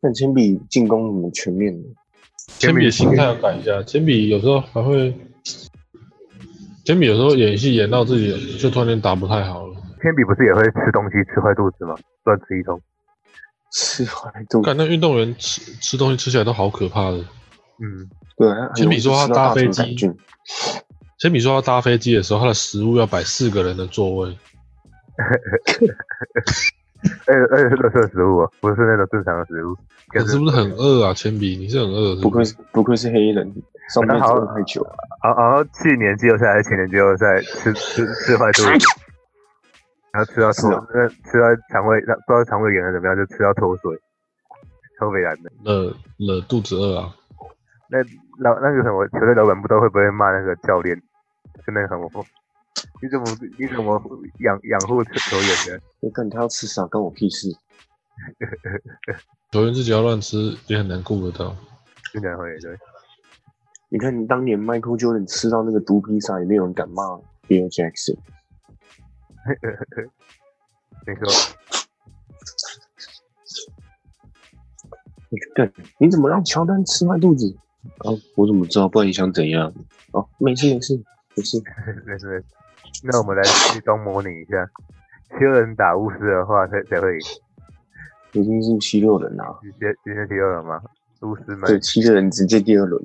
[SPEAKER 1] 但铅笔进攻很全面的，
[SPEAKER 2] 铅笔的心态要改一下。铅笔有时候还会，铅笔有时候演戏演到自己就突然间打不太好了。
[SPEAKER 3] 铅笔不是也会吃东西吃坏肚子吗？乱吃一通，
[SPEAKER 1] 吃坏肚
[SPEAKER 2] 看那运动员吃吃东西吃起来都好可怕的。
[SPEAKER 3] 嗯，
[SPEAKER 1] 对啊，
[SPEAKER 2] 铅笔说他搭飞机
[SPEAKER 1] 很容易吃到大肠杆菌
[SPEAKER 2] 铅笔说他搭飞机的时候，他的食物要摆四个人的座位，
[SPEAKER 3] 而且而且是垃圾食物哦，不是那种正常的食物，就
[SPEAKER 2] 你是不是很饿啊？铅笔，你是很饿是
[SPEAKER 1] 不愧
[SPEAKER 2] 是？
[SPEAKER 1] 是不愧是黑人，上辈子饿太久了，
[SPEAKER 3] 然后然后哦去年季后赛还是前年季后赛吃吃吃坏肚子，然后吃到脱
[SPEAKER 1] 是啊，
[SPEAKER 3] 那吃到肠胃，那不知道肠胃炎了怎么样，就吃到脱水，超北然的。
[SPEAKER 2] 惹惹肚子饿啊？
[SPEAKER 3] 那老那个什么球队老板不知道会不会骂那个教练，就那个什么，你怎么你怎么养养护球员的？
[SPEAKER 1] 我看他要吃啥关我屁事。
[SPEAKER 2] 球员自己要乱吃也很难顾得到。
[SPEAKER 3] 经常会对，
[SPEAKER 1] 你看当年 Michael Jordan 吃到那个毒披萨，也没有人敢骂 Bill Jackson。
[SPEAKER 3] 你说
[SPEAKER 1] 对，你怎么让乔丹吃坏肚子？啊，我怎么知道？不然你想怎样？哦，没事没事没事。
[SPEAKER 3] 没事没事。那我们来去装模拟一下，七个人打巫师的话，谁谁会赢？
[SPEAKER 1] 已经是七六人啦、
[SPEAKER 3] 你先你先提到了吗？巫师们
[SPEAKER 1] 对，，七六人直接第二轮。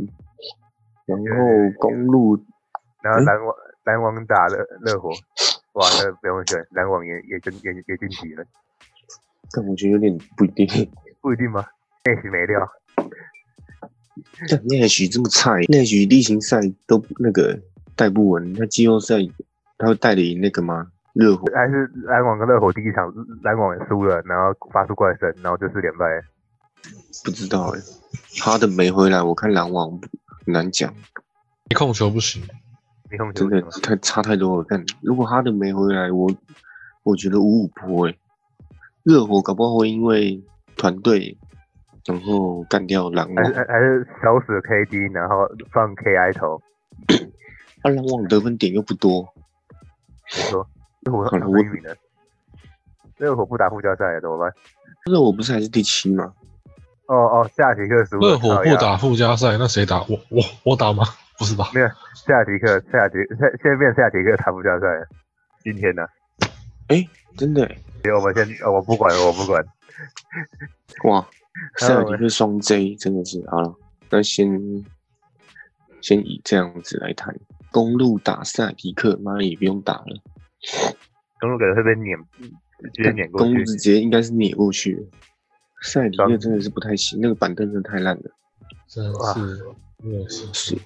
[SPEAKER 1] 然后公路
[SPEAKER 3] 然后篮网篮网打热热火，哇，那不用选，篮网也也进也也晋级了，
[SPEAKER 1] 但我觉得有点不一 定。
[SPEAKER 3] 不一定吗？内许没料，
[SPEAKER 1] 但内许这么菜，内许例行赛都那个带不稳，他季后赛他会带得赢那个吗？热火
[SPEAKER 3] 还是篮网跟热火第一场篮网输了，然后发出怪声，然后就四连败。
[SPEAKER 1] 不知道哎、哈登没回来，我看篮网不很难讲，
[SPEAKER 2] 你控球不行，
[SPEAKER 3] 你控球
[SPEAKER 1] 真的
[SPEAKER 3] 吗？
[SPEAKER 1] 太差太多了。但如果哈登没回来，我我觉得五五坡哎、热火搞不好会因为团队然后干掉篮
[SPEAKER 3] 还
[SPEAKER 1] 网
[SPEAKER 3] 是还还是小死 KD，然后放 KI 头，
[SPEAKER 1] 啊，篮网得分点又不多，
[SPEAKER 3] 没错，热火
[SPEAKER 1] 好
[SPEAKER 3] 上
[SPEAKER 1] 了
[SPEAKER 3] 上
[SPEAKER 1] 我
[SPEAKER 3] 一名的，热火不打附加赛了怎么办？
[SPEAKER 1] 热火不是还是第七吗？
[SPEAKER 3] 哦哦，下节课输了，
[SPEAKER 2] 热火
[SPEAKER 3] 靠
[SPEAKER 2] 不
[SPEAKER 3] 呀，
[SPEAKER 2] 打附加赛，那谁打？我我我打吗？ 不是吧？
[SPEAKER 3] 下节课下节下现在变下节课打附加赛了，今天呢、
[SPEAKER 1] 真的、欸，
[SPEAKER 3] 行，我们先，哦我不管，我不管，
[SPEAKER 1] 哇，塞
[SPEAKER 3] 还有
[SPEAKER 1] 尔迪克双 J 真的是好了，那先先以这样子来谈，公路打塞尔迪克，妈也不用打了，
[SPEAKER 3] 公路可能会被撵，直接撵过
[SPEAKER 1] 公
[SPEAKER 3] 去
[SPEAKER 1] 路。
[SPEAKER 3] 啊
[SPEAKER 1] 直接应该是碾过去了。塞尔迪克
[SPEAKER 3] 当
[SPEAKER 1] 真的是不太行，那个板凳真的太烂了，
[SPEAKER 2] 真的
[SPEAKER 3] 哇
[SPEAKER 2] 是，真的是。
[SPEAKER 1] 是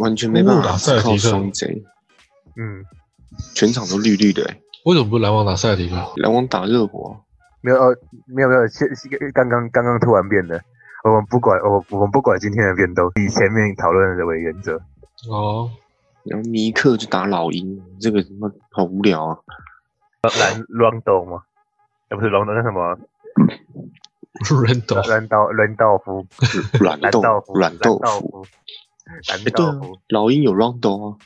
[SPEAKER 1] 完全没办
[SPEAKER 2] 公路打
[SPEAKER 1] 法
[SPEAKER 2] 哦塞尔迪克
[SPEAKER 1] 靠双 J，
[SPEAKER 3] 嗯，
[SPEAKER 1] 全场都绿绿的、欸，
[SPEAKER 2] 为什么不是篮网打塞尔提克？
[SPEAKER 1] 篮网打热火啊、
[SPEAKER 3] 没有哦，没有没有，现刚刚刚刚突然变的。我们不管，我我们不管今天的变动，以前面讨论的为原则。
[SPEAKER 2] 哦，
[SPEAKER 1] 然后尼克就打老鹰，这个他妈好无聊 啊！
[SPEAKER 3] 蓝乱斗吗？哎，不是龙斗，那什么
[SPEAKER 2] 人斗
[SPEAKER 3] 乱刀乱道夫，
[SPEAKER 1] 软
[SPEAKER 3] 蓝
[SPEAKER 1] 豆
[SPEAKER 3] 道夫，
[SPEAKER 1] 软豆
[SPEAKER 3] 蓝道
[SPEAKER 1] 腐，
[SPEAKER 3] 夫，蓝
[SPEAKER 1] 哎、对
[SPEAKER 3] 道
[SPEAKER 1] 啊
[SPEAKER 3] 夫，，
[SPEAKER 1] 老鹰有 rondo 啊，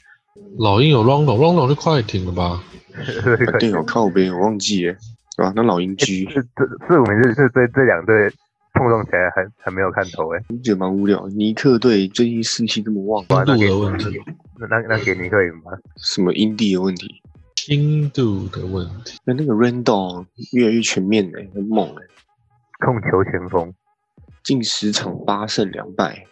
[SPEAKER 2] 老鹰有 Rondo，Rondo 是快艇了吧？
[SPEAKER 3] 哎
[SPEAKER 1] 板
[SPEAKER 3] 啊
[SPEAKER 1] 凳有啊哦靠背，我忘记耶，对吧、那老鹰 G
[SPEAKER 3] 这这四五名是是这这两队碰撞起来很很没有看头哎，
[SPEAKER 1] 觉得蛮无聊。尼克队最近士气这么旺，
[SPEAKER 2] 印
[SPEAKER 3] 啊
[SPEAKER 2] 度的问题，
[SPEAKER 3] 那那那给尼克赢吧，
[SPEAKER 1] 什么阴地的问题？
[SPEAKER 2] 印度的问题。
[SPEAKER 1] 那那个 rondo 越来越全面嘞、很猛嘞、
[SPEAKER 3] 控球前锋，
[SPEAKER 1] 近十场八胜两败，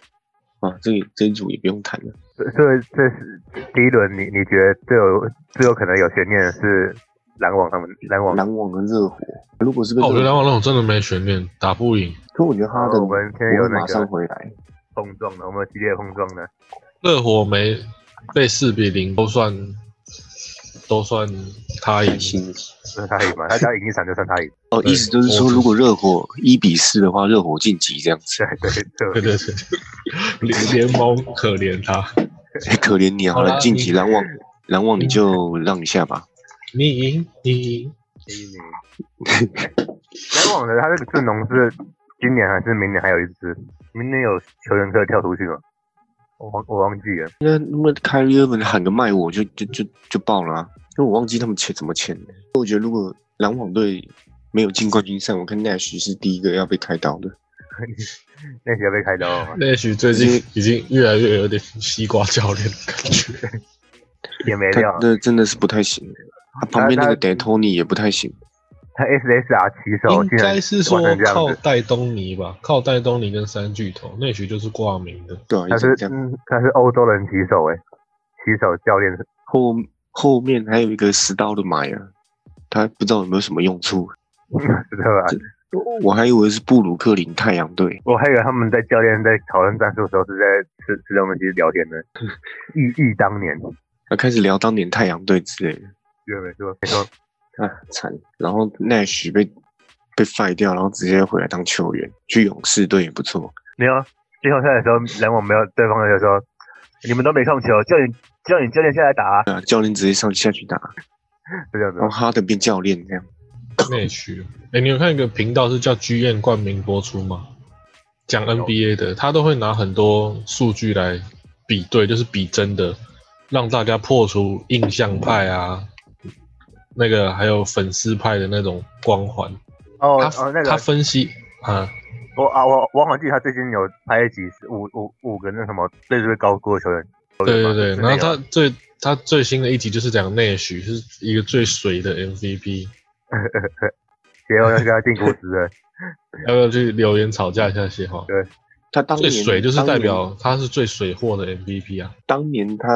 [SPEAKER 1] 啊，这这一组也不用谈了。
[SPEAKER 3] 这这这是第一轮你你觉得最有最有可能有悬念的是篮网他们篮网，
[SPEAKER 1] 篮网跟热火，如果是跟
[SPEAKER 2] 哦，我觉得
[SPEAKER 1] 热
[SPEAKER 2] 篮
[SPEAKER 1] 火，
[SPEAKER 2] 网那种真的没悬念，打不赢。
[SPEAKER 1] 可哦我觉得哈登
[SPEAKER 3] 我
[SPEAKER 1] 不
[SPEAKER 3] 们现在有
[SPEAKER 1] 会
[SPEAKER 3] 那
[SPEAKER 1] 马上
[SPEAKER 3] 个
[SPEAKER 1] 回来，
[SPEAKER 3] 碰撞的，我们有激烈碰撞的，
[SPEAKER 2] 热火没被四比零都算都算他赢
[SPEAKER 1] 开，心。
[SPEAKER 3] 是他赢吗？他他赢一场就算他赢，
[SPEAKER 1] 哦，
[SPEAKER 2] 对
[SPEAKER 1] 意思就是说，
[SPEAKER 2] 我
[SPEAKER 1] 如果热火一比四的话，热火晋级这样子，
[SPEAKER 3] 对对
[SPEAKER 2] 对对
[SPEAKER 3] 对，
[SPEAKER 2] 对，联联盟可怜他。
[SPEAKER 1] 可怜你啊！
[SPEAKER 2] 好
[SPEAKER 1] 好
[SPEAKER 2] 啦
[SPEAKER 1] 了，晋级
[SPEAKER 2] 你
[SPEAKER 1] 篮网，篮网你就让一下吧。
[SPEAKER 2] 你赢，你赢，
[SPEAKER 3] 第一名。篮网的他这个阵容是今年还是明年还有一支？明年有球员可以跳出去吗？我忘我忘记了。
[SPEAKER 1] 那那么凯瑞厄文喊个卖我就就就就爆了、啊，因为我忘记他们签怎么签的。我觉得如果篮网队没有进冠军赛，我看 Nash 是第一个要被开刀的。
[SPEAKER 3] 那谁要被开刀啊了吗？
[SPEAKER 2] 那许最近已经越来越有点西瓜教练的感觉。
[SPEAKER 3] 也没
[SPEAKER 1] 他
[SPEAKER 3] 料，啊
[SPEAKER 1] 那真的是不太行，他旁边那个
[SPEAKER 3] 他
[SPEAKER 1] D'Antoni 也不太行。
[SPEAKER 3] 他 SSR 骑手
[SPEAKER 2] 应
[SPEAKER 3] 竟然
[SPEAKER 2] 该是说
[SPEAKER 3] 玩成这
[SPEAKER 2] 靠
[SPEAKER 3] 样子，
[SPEAKER 2] 戴东尼吧，靠戴东尼跟三巨头，那许就是挂名的。
[SPEAKER 1] 对啊，
[SPEAKER 3] 他
[SPEAKER 1] 也
[SPEAKER 3] 是
[SPEAKER 1] 是这样。
[SPEAKER 3] 嗯他是欧洲人骑手哎，骑手教练
[SPEAKER 1] 后后面还有一个十刀的买啊，他不知道有没有什么用处。
[SPEAKER 3] 是吧？
[SPEAKER 1] 我还以为是布鲁克林太阳队。
[SPEAKER 3] 我还以为他们在教练在讨论战术的时候是在吃吃东西聊天呢， 忆忆当年，
[SPEAKER 1] 啊，开始聊当年太阳队之类的，
[SPEAKER 3] 对没错没错，
[SPEAKER 1] 啊，惨！然后 Nash 被被 fire 掉，然后直接回来当球员，去勇士队也不错。
[SPEAKER 3] 没有啊季后赛的时候，篮网没有对方就说你们都没控球，叫你叫你教练下来打、啊，
[SPEAKER 1] 啊，教练直接上下去打，
[SPEAKER 3] 是这样子
[SPEAKER 2] 哦
[SPEAKER 1] 然后。哈登变教练这样。
[SPEAKER 2] 内需。哎、你有看一个频道是叫 GM 冠名播出吗？讲 NBA 的，他都会拿很多数据来比对，就是比真的，让大家破除印象派啊，那个还有粉丝派的那种光环。
[SPEAKER 3] 哦
[SPEAKER 2] 他、
[SPEAKER 3] 哦那个
[SPEAKER 2] 他分析啊，
[SPEAKER 3] 我啊我我好像记得他最近有拍几十五五五个那什么对这个高估的球员，
[SPEAKER 2] 对对对，
[SPEAKER 3] 是
[SPEAKER 2] 然后
[SPEAKER 3] 那个
[SPEAKER 2] 他最他最新的一集就是讲内需是一个最水的 MVP，
[SPEAKER 3] 结果要跟他进估值 了。
[SPEAKER 2] 要不要去留言吵架一下谢浩？
[SPEAKER 3] 对
[SPEAKER 1] 他当
[SPEAKER 2] 最
[SPEAKER 1] 年
[SPEAKER 2] 水就是代
[SPEAKER 1] 当
[SPEAKER 2] 表他是最水货的 MVP 啊。
[SPEAKER 1] 年当年他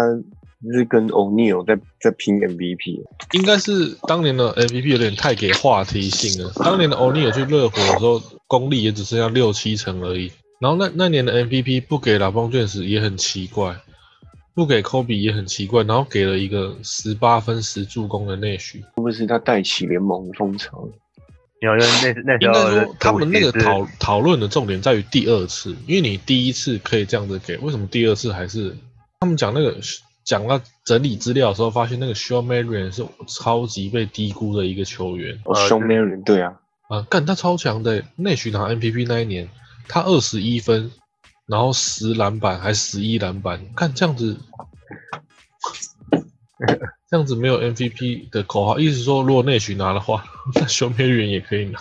[SPEAKER 1] 是跟 O'Neal 在在拼 MVP，
[SPEAKER 2] 应该是当年的 MVP 有点太给话题性了。当年的欧尼尔去热火的时候，功力也只剩下六七成而已。然后那那年的 MVP 不给拉邦卷时也很奇怪，不给科比也很奇怪，然后给了一个十八分十助攻的内许。
[SPEAKER 1] 会不会是他带起联盟风潮？
[SPEAKER 3] 因为那那时
[SPEAKER 2] 应
[SPEAKER 3] 候
[SPEAKER 2] 该
[SPEAKER 3] 的
[SPEAKER 2] 说他们那个
[SPEAKER 3] 主题是
[SPEAKER 2] 讨讨论的重点在于第二次，因为你第一次可以这样子给，为什么第二次还是他们讲那个讲到整理资料的时候，发现那个 s h a w Marion 是超级被低估的一个球员。
[SPEAKER 1] 哦
[SPEAKER 3] 呃
[SPEAKER 1] s h a n Marion 对啊，
[SPEAKER 2] 啊，干他超强的欸，内许拿 MVP 那一年，他二十一分，然后十篮板还十一篮板，看这样子，这样子没有 MVP 的口号，意思说如果内许拿的话， 那熊培元也可以拿。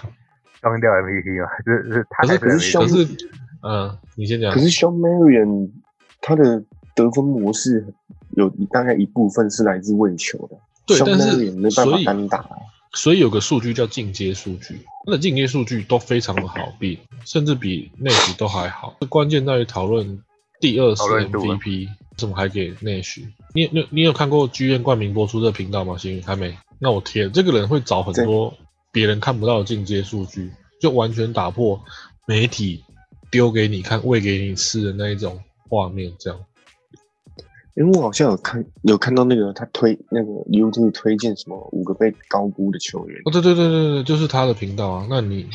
[SPEAKER 3] 刚掉 MVP 嘛，就是是他
[SPEAKER 2] 可是
[SPEAKER 3] 才
[SPEAKER 2] 可是
[SPEAKER 3] MVP
[SPEAKER 1] 小
[SPEAKER 2] 可是，嗯，你先讲
[SPEAKER 1] 可。是 Sean Marion 他的得分模式有一大概一部分是来自喂球的，
[SPEAKER 2] 对
[SPEAKER 1] Sean
[SPEAKER 2] 但是
[SPEAKER 1] Marion 没办
[SPEAKER 2] 所
[SPEAKER 1] 法
[SPEAKER 2] 以
[SPEAKER 1] 单打啊，
[SPEAKER 2] 所以有个数据叫进阶数据，它的进阶数据都非常的好，比甚至比内许都还好。关键在于讨论第二次
[SPEAKER 3] 讨论度啊
[SPEAKER 2] MVP 怎么还给内许？你有你有你有看过剧院冠名播出这个频道吗？行，还没。那我天，这个人会找很多别人看不到的进阶数据，就完全打破媒体丢给你看、喂给你吃的那一种画面，这样。
[SPEAKER 1] 因为我好像有看有看到那个他推那个 YouTube 推荐什么五个被高估的球员，
[SPEAKER 2] 哦，对对对对对，就是他的频道啊。那你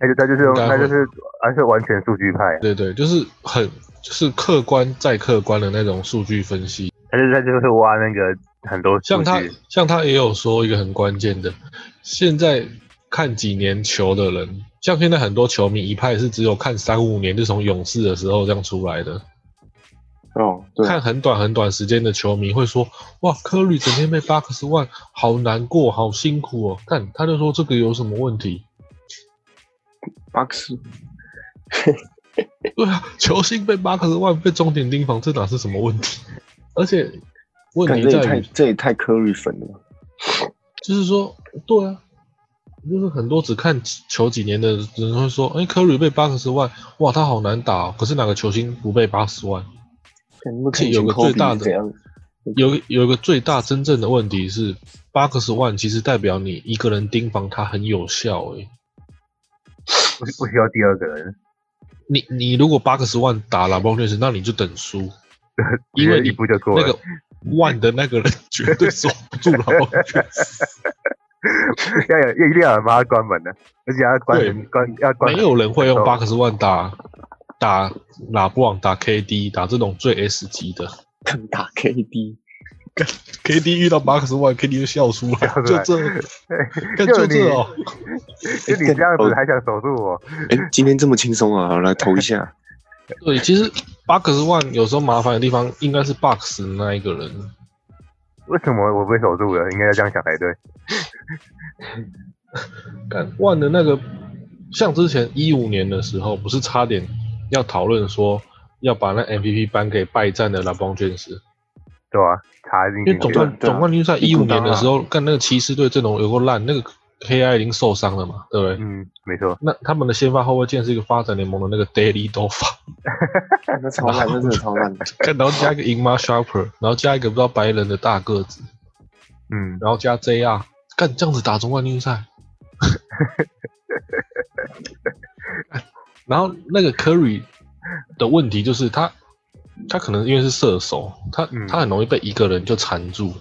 [SPEAKER 3] 他就他就是用
[SPEAKER 2] 应该
[SPEAKER 3] 他
[SPEAKER 2] 会
[SPEAKER 3] 就是而是完全数据派，
[SPEAKER 2] 对对，就是很就是客观再客观的那种数据分析。
[SPEAKER 3] 他就是他就是挖那个很多数
[SPEAKER 2] 像他
[SPEAKER 3] 据，
[SPEAKER 2] 像他也有说一个很关键的，现在看几年球的人，像现在很多球迷一派是只有看三五年，就从勇士的时候这样出来的，
[SPEAKER 1] 哦，对啊，
[SPEAKER 2] 看很短很短时间的球迷会说，哇，科里整天被巴克斯万，好难过，好辛苦哦。但他就说这个有什么问题？
[SPEAKER 1] 巴克斯
[SPEAKER 2] 对啊，球星被巴克斯万被终点盯防，这哪是什么问题？而且问
[SPEAKER 1] 看
[SPEAKER 2] 题
[SPEAKER 1] 这也
[SPEAKER 2] 在
[SPEAKER 1] 太
[SPEAKER 2] 于
[SPEAKER 1] 这也太 Curry 粉了吧，
[SPEAKER 2] 就是说，对啊，就是很多只看球几年的人会说，哎、科里被八十万，哇，他好难打、哦。可是哪个球星不被八十万？
[SPEAKER 1] 看你们
[SPEAKER 2] 而且
[SPEAKER 1] 看以
[SPEAKER 2] 有
[SPEAKER 1] 前
[SPEAKER 2] 个
[SPEAKER 1] Kobe
[SPEAKER 2] 最大
[SPEAKER 1] 是
[SPEAKER 2] 的
[SPEAKER 1] 怎样，
[SPEAKER 2] 有一有一个最大真正的问题是，八十万其实代表你一个人盯防他很有效、哎诶
[SPEAKER 3] 不不需要第二个人，
[SPEAKER 2] 你你如果八十万打拉邦爵士，那你就等输，因
[SPEAKER 3] 直
[SPEAKER 2] 为
[SPEAKER 3] 接
[SPEAKER 2] 你
[SPEAKER 3] 一步就过
[SPEAKER 2] 那
[SPEAKER 3] 了
[SPEAKER 2] 个。万的那个人绝对守不住拉邦爵士，
[SPEAKER 3] 要有一定要有人帮他关门的，而且要关
[SPEAKER 2] 对
[SPEAKER 3] 关要关
[SPEAKER 2] 没有人会用
[SPEAKER 3] 哦
[SPEAKER 2] 八十万打打拉布朗、打 KD、打这种最 S 级的。
[SPEAKER 1] 看打 KD，
[SPEAKER 2] KD 遇到马克斯万，KD 就笑出来，
[SPEAKER 3] 笑出
[SPEAKER 2] 就
[SPEAKER 3] 来
[SPEAKER 2] 这，干
[SPEAKER 3] 就
[SPEAKER 2] 就
[SPEAKER 3] 你
[SPEAKER 2] 这哦，
[SPEAKER 3] 就你这样子还想守住我？
[SPEAKER 1] 哎、今天这么轻松啊，好来投一 下，
[SPEAKER 2] 对，其实巴克斯万有时候麻烦的地方应该是 Box 那一个人，
[SPEAKER 3] 为什么我被守住了？应该要这样想才对。
[SPEAKER 2] 干万的那个，像之前一五年的时候，不是差点要讨论说要把那 MVP 颁给败战的拉邦爵士，
[SPEAKER 3] 对啊，查进
[SPEAKER 2] 因为总
[SPEAKER 3] 去
[SPEAKER 1] 对啊对啊
[SPEAKER 2] 冠总冠军赛一
[SPEAKER 1] 一
[SPEAKER 2] 五
[SPEAKER 1] 股
[SPEAKER 2] 年
[SPEAKER 1] 当
[SPEAKER 2] 的
[SPEAKER 1] 啊
[SPEAKER 2] 时候，干那个骑士队阵容有够烂，那个 KI 已经受伤了嘛，对不对？
[SPEAKER 3] 嗯，没错，
[SPEAKER 2] 那他们的先发后卫竟然是一个发展联盟的那个 Daily d o f a
[SPEAKER 1] 看他超 烂，那真的超烂，
[SPEAKER 2] 看，然后加一个 Inma Sharper，然后加一个不知道白人的大个子，
[SPEAKER 3] 嗯，
[SPEAKER 2] 然后加 JR，干这样子打总冠军赛。 然后那个 Curry 的问题就是他，他可能因为是射手，他、
[SPEAKER 3] 嗯
[SPEAKER 2] 他很容易被一个人就缠住。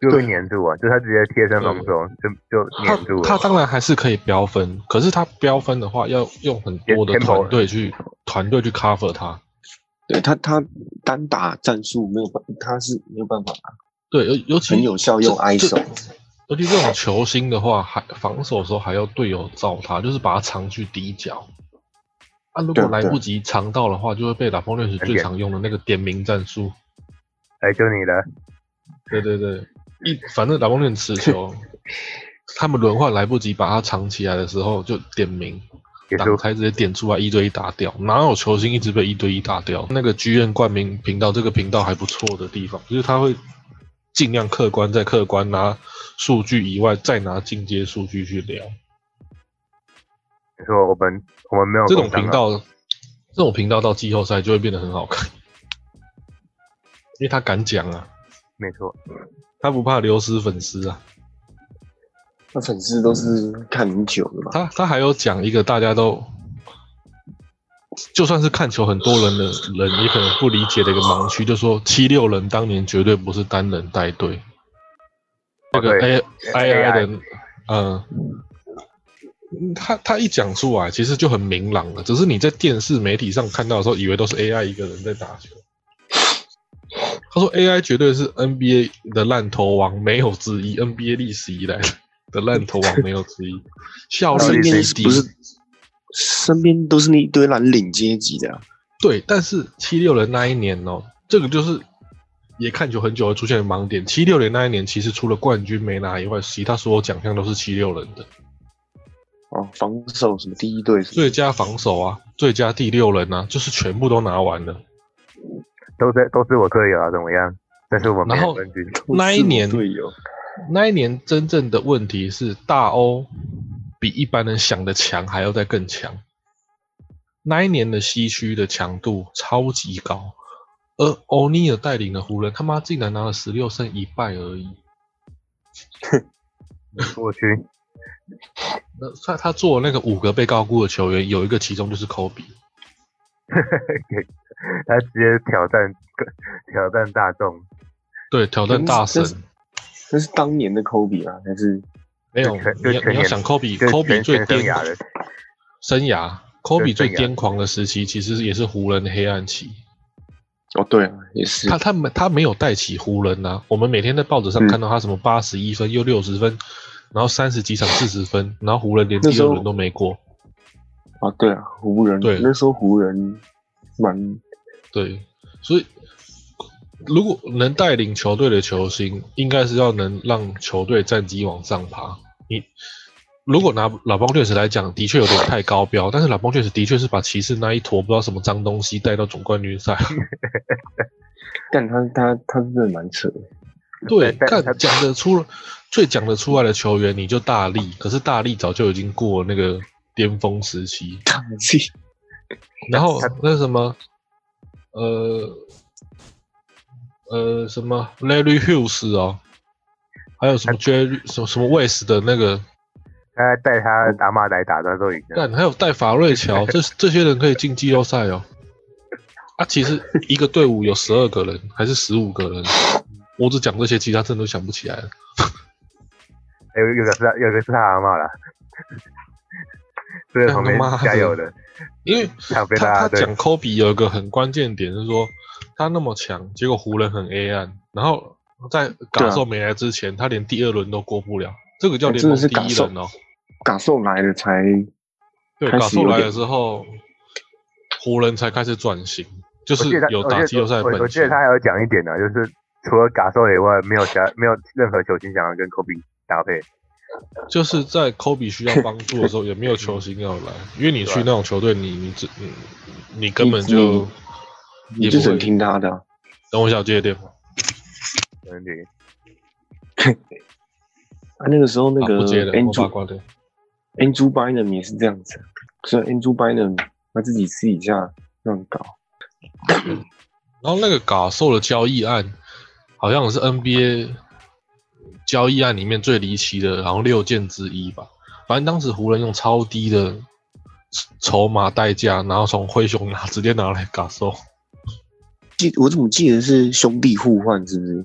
[SPEAKER 3] 就被粘住啊，就他直接贴身防守，就就
[SPEAKER 2] 他
[SPEAKER 3] 粘住
[SPEAKER 2] 他
[SPEAKER 3] 了。
[SPEAKER 2] 当然还是可以飙分，可是他飙分的话要用很多的
[SPEAKER 3] Tempo
[SPEAKER 2] 团队去团队去 cover 他。
[SPEAKER 1] 对他他单打战术没有办，他是没有办法
[SPEAKER 2] 对，尤尤其
[SPEAKER 1] 很有效用
[SPEAKER 2] 这
[SPEAKER 1] ISO
[SPEAKER 2] 这尤其这种球星的话，还防守的时候还要队友罩他，就是把他藏去底角。啊，如
[SPEAKER 1] 对
[SPEAKER 2] 果
[SPEAKER 1] 啊
[SPEAKER 2] 来
[SPEAKER 1] 对啊
[SPEAKER 2] 不及藏到的话，就会被打崩瑞士
[SPEAKER 3] 很
[SPEAKER 2] 最
[SPEAKER 3] 点
[SPEAKER 2] 常用的那个点名战术。
[SPEAKER 3] 哎，就你了，
[SPEAKER 2] 对对对，一反正打崩瑞士持球，他们轮换来不及把他藏起来的时候就点名，
[SPEAKER 3] 结
[SPEAKER 2] 挡
[SPEAKER 3] 束。
[SPEAKER 2] 开直接点出来一对一打掉，哪有球星一直被一对一打掉？那个剧院冠名频道这个频道还不错的地方，就是他会尽量客观再客观，拿数据以外再拿进阶数据去聊。
[SPEAKER 3] 你说我们我们没有
[SPEAKER 2] 这种
[SPEAKER 3] 工伤啊
[SPEAKER 2] 频，道，这种频道到季后赛就会变得很好看，因为他敢讲啊，
[SPEAKER 3] 没错，
[SPEAKER 2] 他不怕流失粉丝啊。
[SPEAKER 1] 他粉丝都是
[SPEAKER 2] 嗯
[SPEAKER 1] 看很久的吧？
[SPEAKER 2] 他他还有讲一个大家都，就算是看球很多人的人，也可能不理解的一个盲区，就说七六人当年绝对不是单人带队，那个哎 A I I 的，嗯。嗯他他一讲出来，其实就很明朗了。只是你在电视媒体上看到的时候，以为都是 AI 一个人在打球。他说 AI 绝对是 NBA 的烂头王，没有之一，NBA 历史以来的烂头王没有之一。效
[SPEAKER 1] 他身
[SPEAKER 2] 率
[SPEAKER 1] 边
[SPEAKER 2] 最
[SPEAKER 1] 是
[SPEAKER 2] 低，
[SPEAKER 1] 不是身边都是那一堆蓝领阶级的啊、
[SPEAKER 2] 对，但是七六人那一年哦，这个就是也看球很久，出现盲点。七六年那一年，其实除了冠军没拿以外，其他所有奖项都是七六人的。
[SPEAKER 1] 哦，防守什么第一队，
[SPEAKER 2] 最佳防守啊，最佳第六人啊，就是全部都拿完了。
[SPEAKER 3] 都是都是我队友啊，怎么样？但是我
[SPEAKER 2] 然
[SPEAKER 3] 们没有
[SPEAKER 2] 后
[SPEAKER 3] 冠军。
[SPEAKER 2] 那一年
[SPEAKER 1] 都是我队友
[SPEAKER 2] 那一年真正的问题是，大欧比一般人想的强，还要再更强。那一年的西区的强度超级高，而欧尼尔带领的湖人他妈竟然拿了十六胜一败而已。
[SPEAKER 3] 过去
[SPEAKER 2] 那他他做那个五个被高估的球员，有一个其中就是科比。
[SPEAKER 3] 他直接挑战挑战大众，
[SPEAKER 2] 对，挑战大神
[SPEAKER 3] 嗯
[SPEAKER 1] 真是那是当年的科比啊，还是
[SPEAKER 2] 没有，
[SPEAKER 3] 就全
[SPEAKER 2] 你
[SPEAKER 3] 就
[SPEAKER 2] 要
[SPEAKER 3] 全
[SPEAKER 2] 你要
[SPEAKER 3] 年
[SPEAKER 2] 想科比，
[SPEAKER 3] 就
[SPEAKER 2] 科比
[SPEAKER 3] 全
[SPEAKER 2] 最
[SPEAKER 3] 全生
[SPEAKER 2] 癫
[SPEAKER 3] 涯
[SPEAKER 2] 狂
[SPEAKER 3] 的。
[SPEAKER 2] 生涯，科比最
[SPEAKER 3] 生涯
[SPEAKER 2] 癫狂的时期其实也是湖人的黑暗期。
[SPEAKER 1] 哦对啊，也是
[SPEAKER 2] 他他没他没有带起湖人呐、我们每天在报纸上
[SPEAKER 1] 嗯
[SPEAKER 2] 看到他什么八十一分又六十分，然后三十几场四十分，然后湖人连
[SPEAKER 1] 那
[SPEAKER 2] 第
[SPEAKER 1] 时
[SPEAKER 2] 二
[SPEAKER 1] 候
[SPEAKER 2] 轮都没过。
[SPEAKER 1] 啊对啊，湖人
[SPEAKER 2] 对
[SPEAKER 1] 那时候湖人蛮
[SPEAKER 2] 对，所以如果能带领球队的球星，应该是要能让球队战绩往上爬。你如果拿老邦爵士来讲，的确有点太高标，但是老邦爵士的确是把骑士那一坨不知道什么脏东西带到总冠军赛。
[SPEAKER 1] 但他他他真的蛮扯的，
[SPEAKER 2] 对，
[SPEAKER 3] 但
[SPEAKER 2] 看
[SPEAKER 3] 但他
[SPEAKER 2] 讲得出，最讲得出来的球员，你就大力，可是大力早就已经过那个巅峰时期，
[SPEAKER 1] 他自己
[SPEAKER 2] 然后
[SPEAKER 3] 他
[SPEAKER 2] 那什么，呃，呃，什么 Larry Hughes 哦，还有什么 Jerry 什么什么 West 的那个，
[SPEAKER 3] 他带他打马来打，他都赢了。
[SPEAKER 2] 干还有戴法瑞乔，这这些人可以进季后赛哦。啊，其实一个队伍有十二个人还是十五个人，我只讲这些，其他真的都想不起来了。
[SPEAKER 3] 有有个是他，有个是他阿妈啦，这个旁边
[SPEAKER 2] 干他妈的
[SPEAKER 3] 加油的，
[SPEAKER 2] 因为
[SPEAKER 3] 他被
[SPEAKER 2] 他
[SPEAKER 3] 他
[SPEAKER 2] 他
[SPEAKER 3] 对
[SPEAKER 2] 讲科比有一个很关键点是说，他那么强，结果湖人很黑暗，然后在
[SPEAKER 1] 对
[SPEAKER 2] 嘎
[SPEAKER 1] 啊哎
[SPEAKER 2] 兽没来之前，他连第二轮都过不了，这个叫联
[SPEAKER 1] 真
[SPEAKER 2] 盟
[SPEAKER 1] 的是
[SPEAKER 2] 第
[SPEAKER 1] 嘎
[SPEAKER 2] 一
[SPEAKER 1] 兽
[SPEAKER 2] 人哦。
[SPEAKER 1] 嘎兽来了才
[SPEAKER 2] 对，
[SPEAKER 1] 开
[SPEAKER 2] 嘎
[SPEAKER 1] 始
[SPEAKER 2] 兽
[SPEAKER 1] 有
[SPEAKER 2] 来
[SPEAKER 1] 点
[SPEAKER 2] 了之后，湖人才开始转型，就是
[SPEAKER 3] 我记得他，
[SPEAKER 2] 有
[SPEAKER 3] 我记
[SPEAKER 2] 打
[SPEAKER 3] 得
[SPEAKER 2] 季后赛的
[SPEAKER 3] 我我
[SPEAKER 2] 本
[SPEAKER 3] 记得
[SPEAKER 2] 钱。
[SPEAKER 3] 他还有讲一点呢、就是除了嘎兽以外，没有其他没有任何球星想要跟科比搭配。
[SPEAKER 2] 就是在科比需要帮助的时候，也没有球星要来，因为你去
[SPEAKER 3] 对啊
[SPEAKER 2] 那种球队，你你只你你根本
[SPEAKER 1] 你
[SPEAKER 2] 就
[SPEAKER 1] 你
[SPEAKER 2] 也
[SPEAKER 1] 就
[SPEAKER 2] 不
[SPEAKER 1] 只能
[SPEAKER 2] 会。
[SPEAKER 1] 听他的啊、
[SPEAKER 2] 等我一下，我接个电话。
[SPEAKER 3] 没问题，
[SPEAKER 1] 啊。那个时候那
[SPEAKER 2] 啊
[SPEAKER 1] 个
[SPEAKER 2] 不接了，我把
[SPEAKER 1] Andrew
[SPEAKER 2] 挂掉。
[SPEAKER 1] Andrew Bynum 也是这样子，啊所以 Andrew Bynum 他自己私底下这样搞，
[SPEAKER 2] 然后那个嘎兽的交易案，好像是 NBA 交易案里面最离奇的，然后六件之一吧。反正当时湖人用超低的筹码代价，然后从灰熊拿直接拿来嘎兽，
[SPEAKER 1] 记我怎么记得是兄弟互换是不是？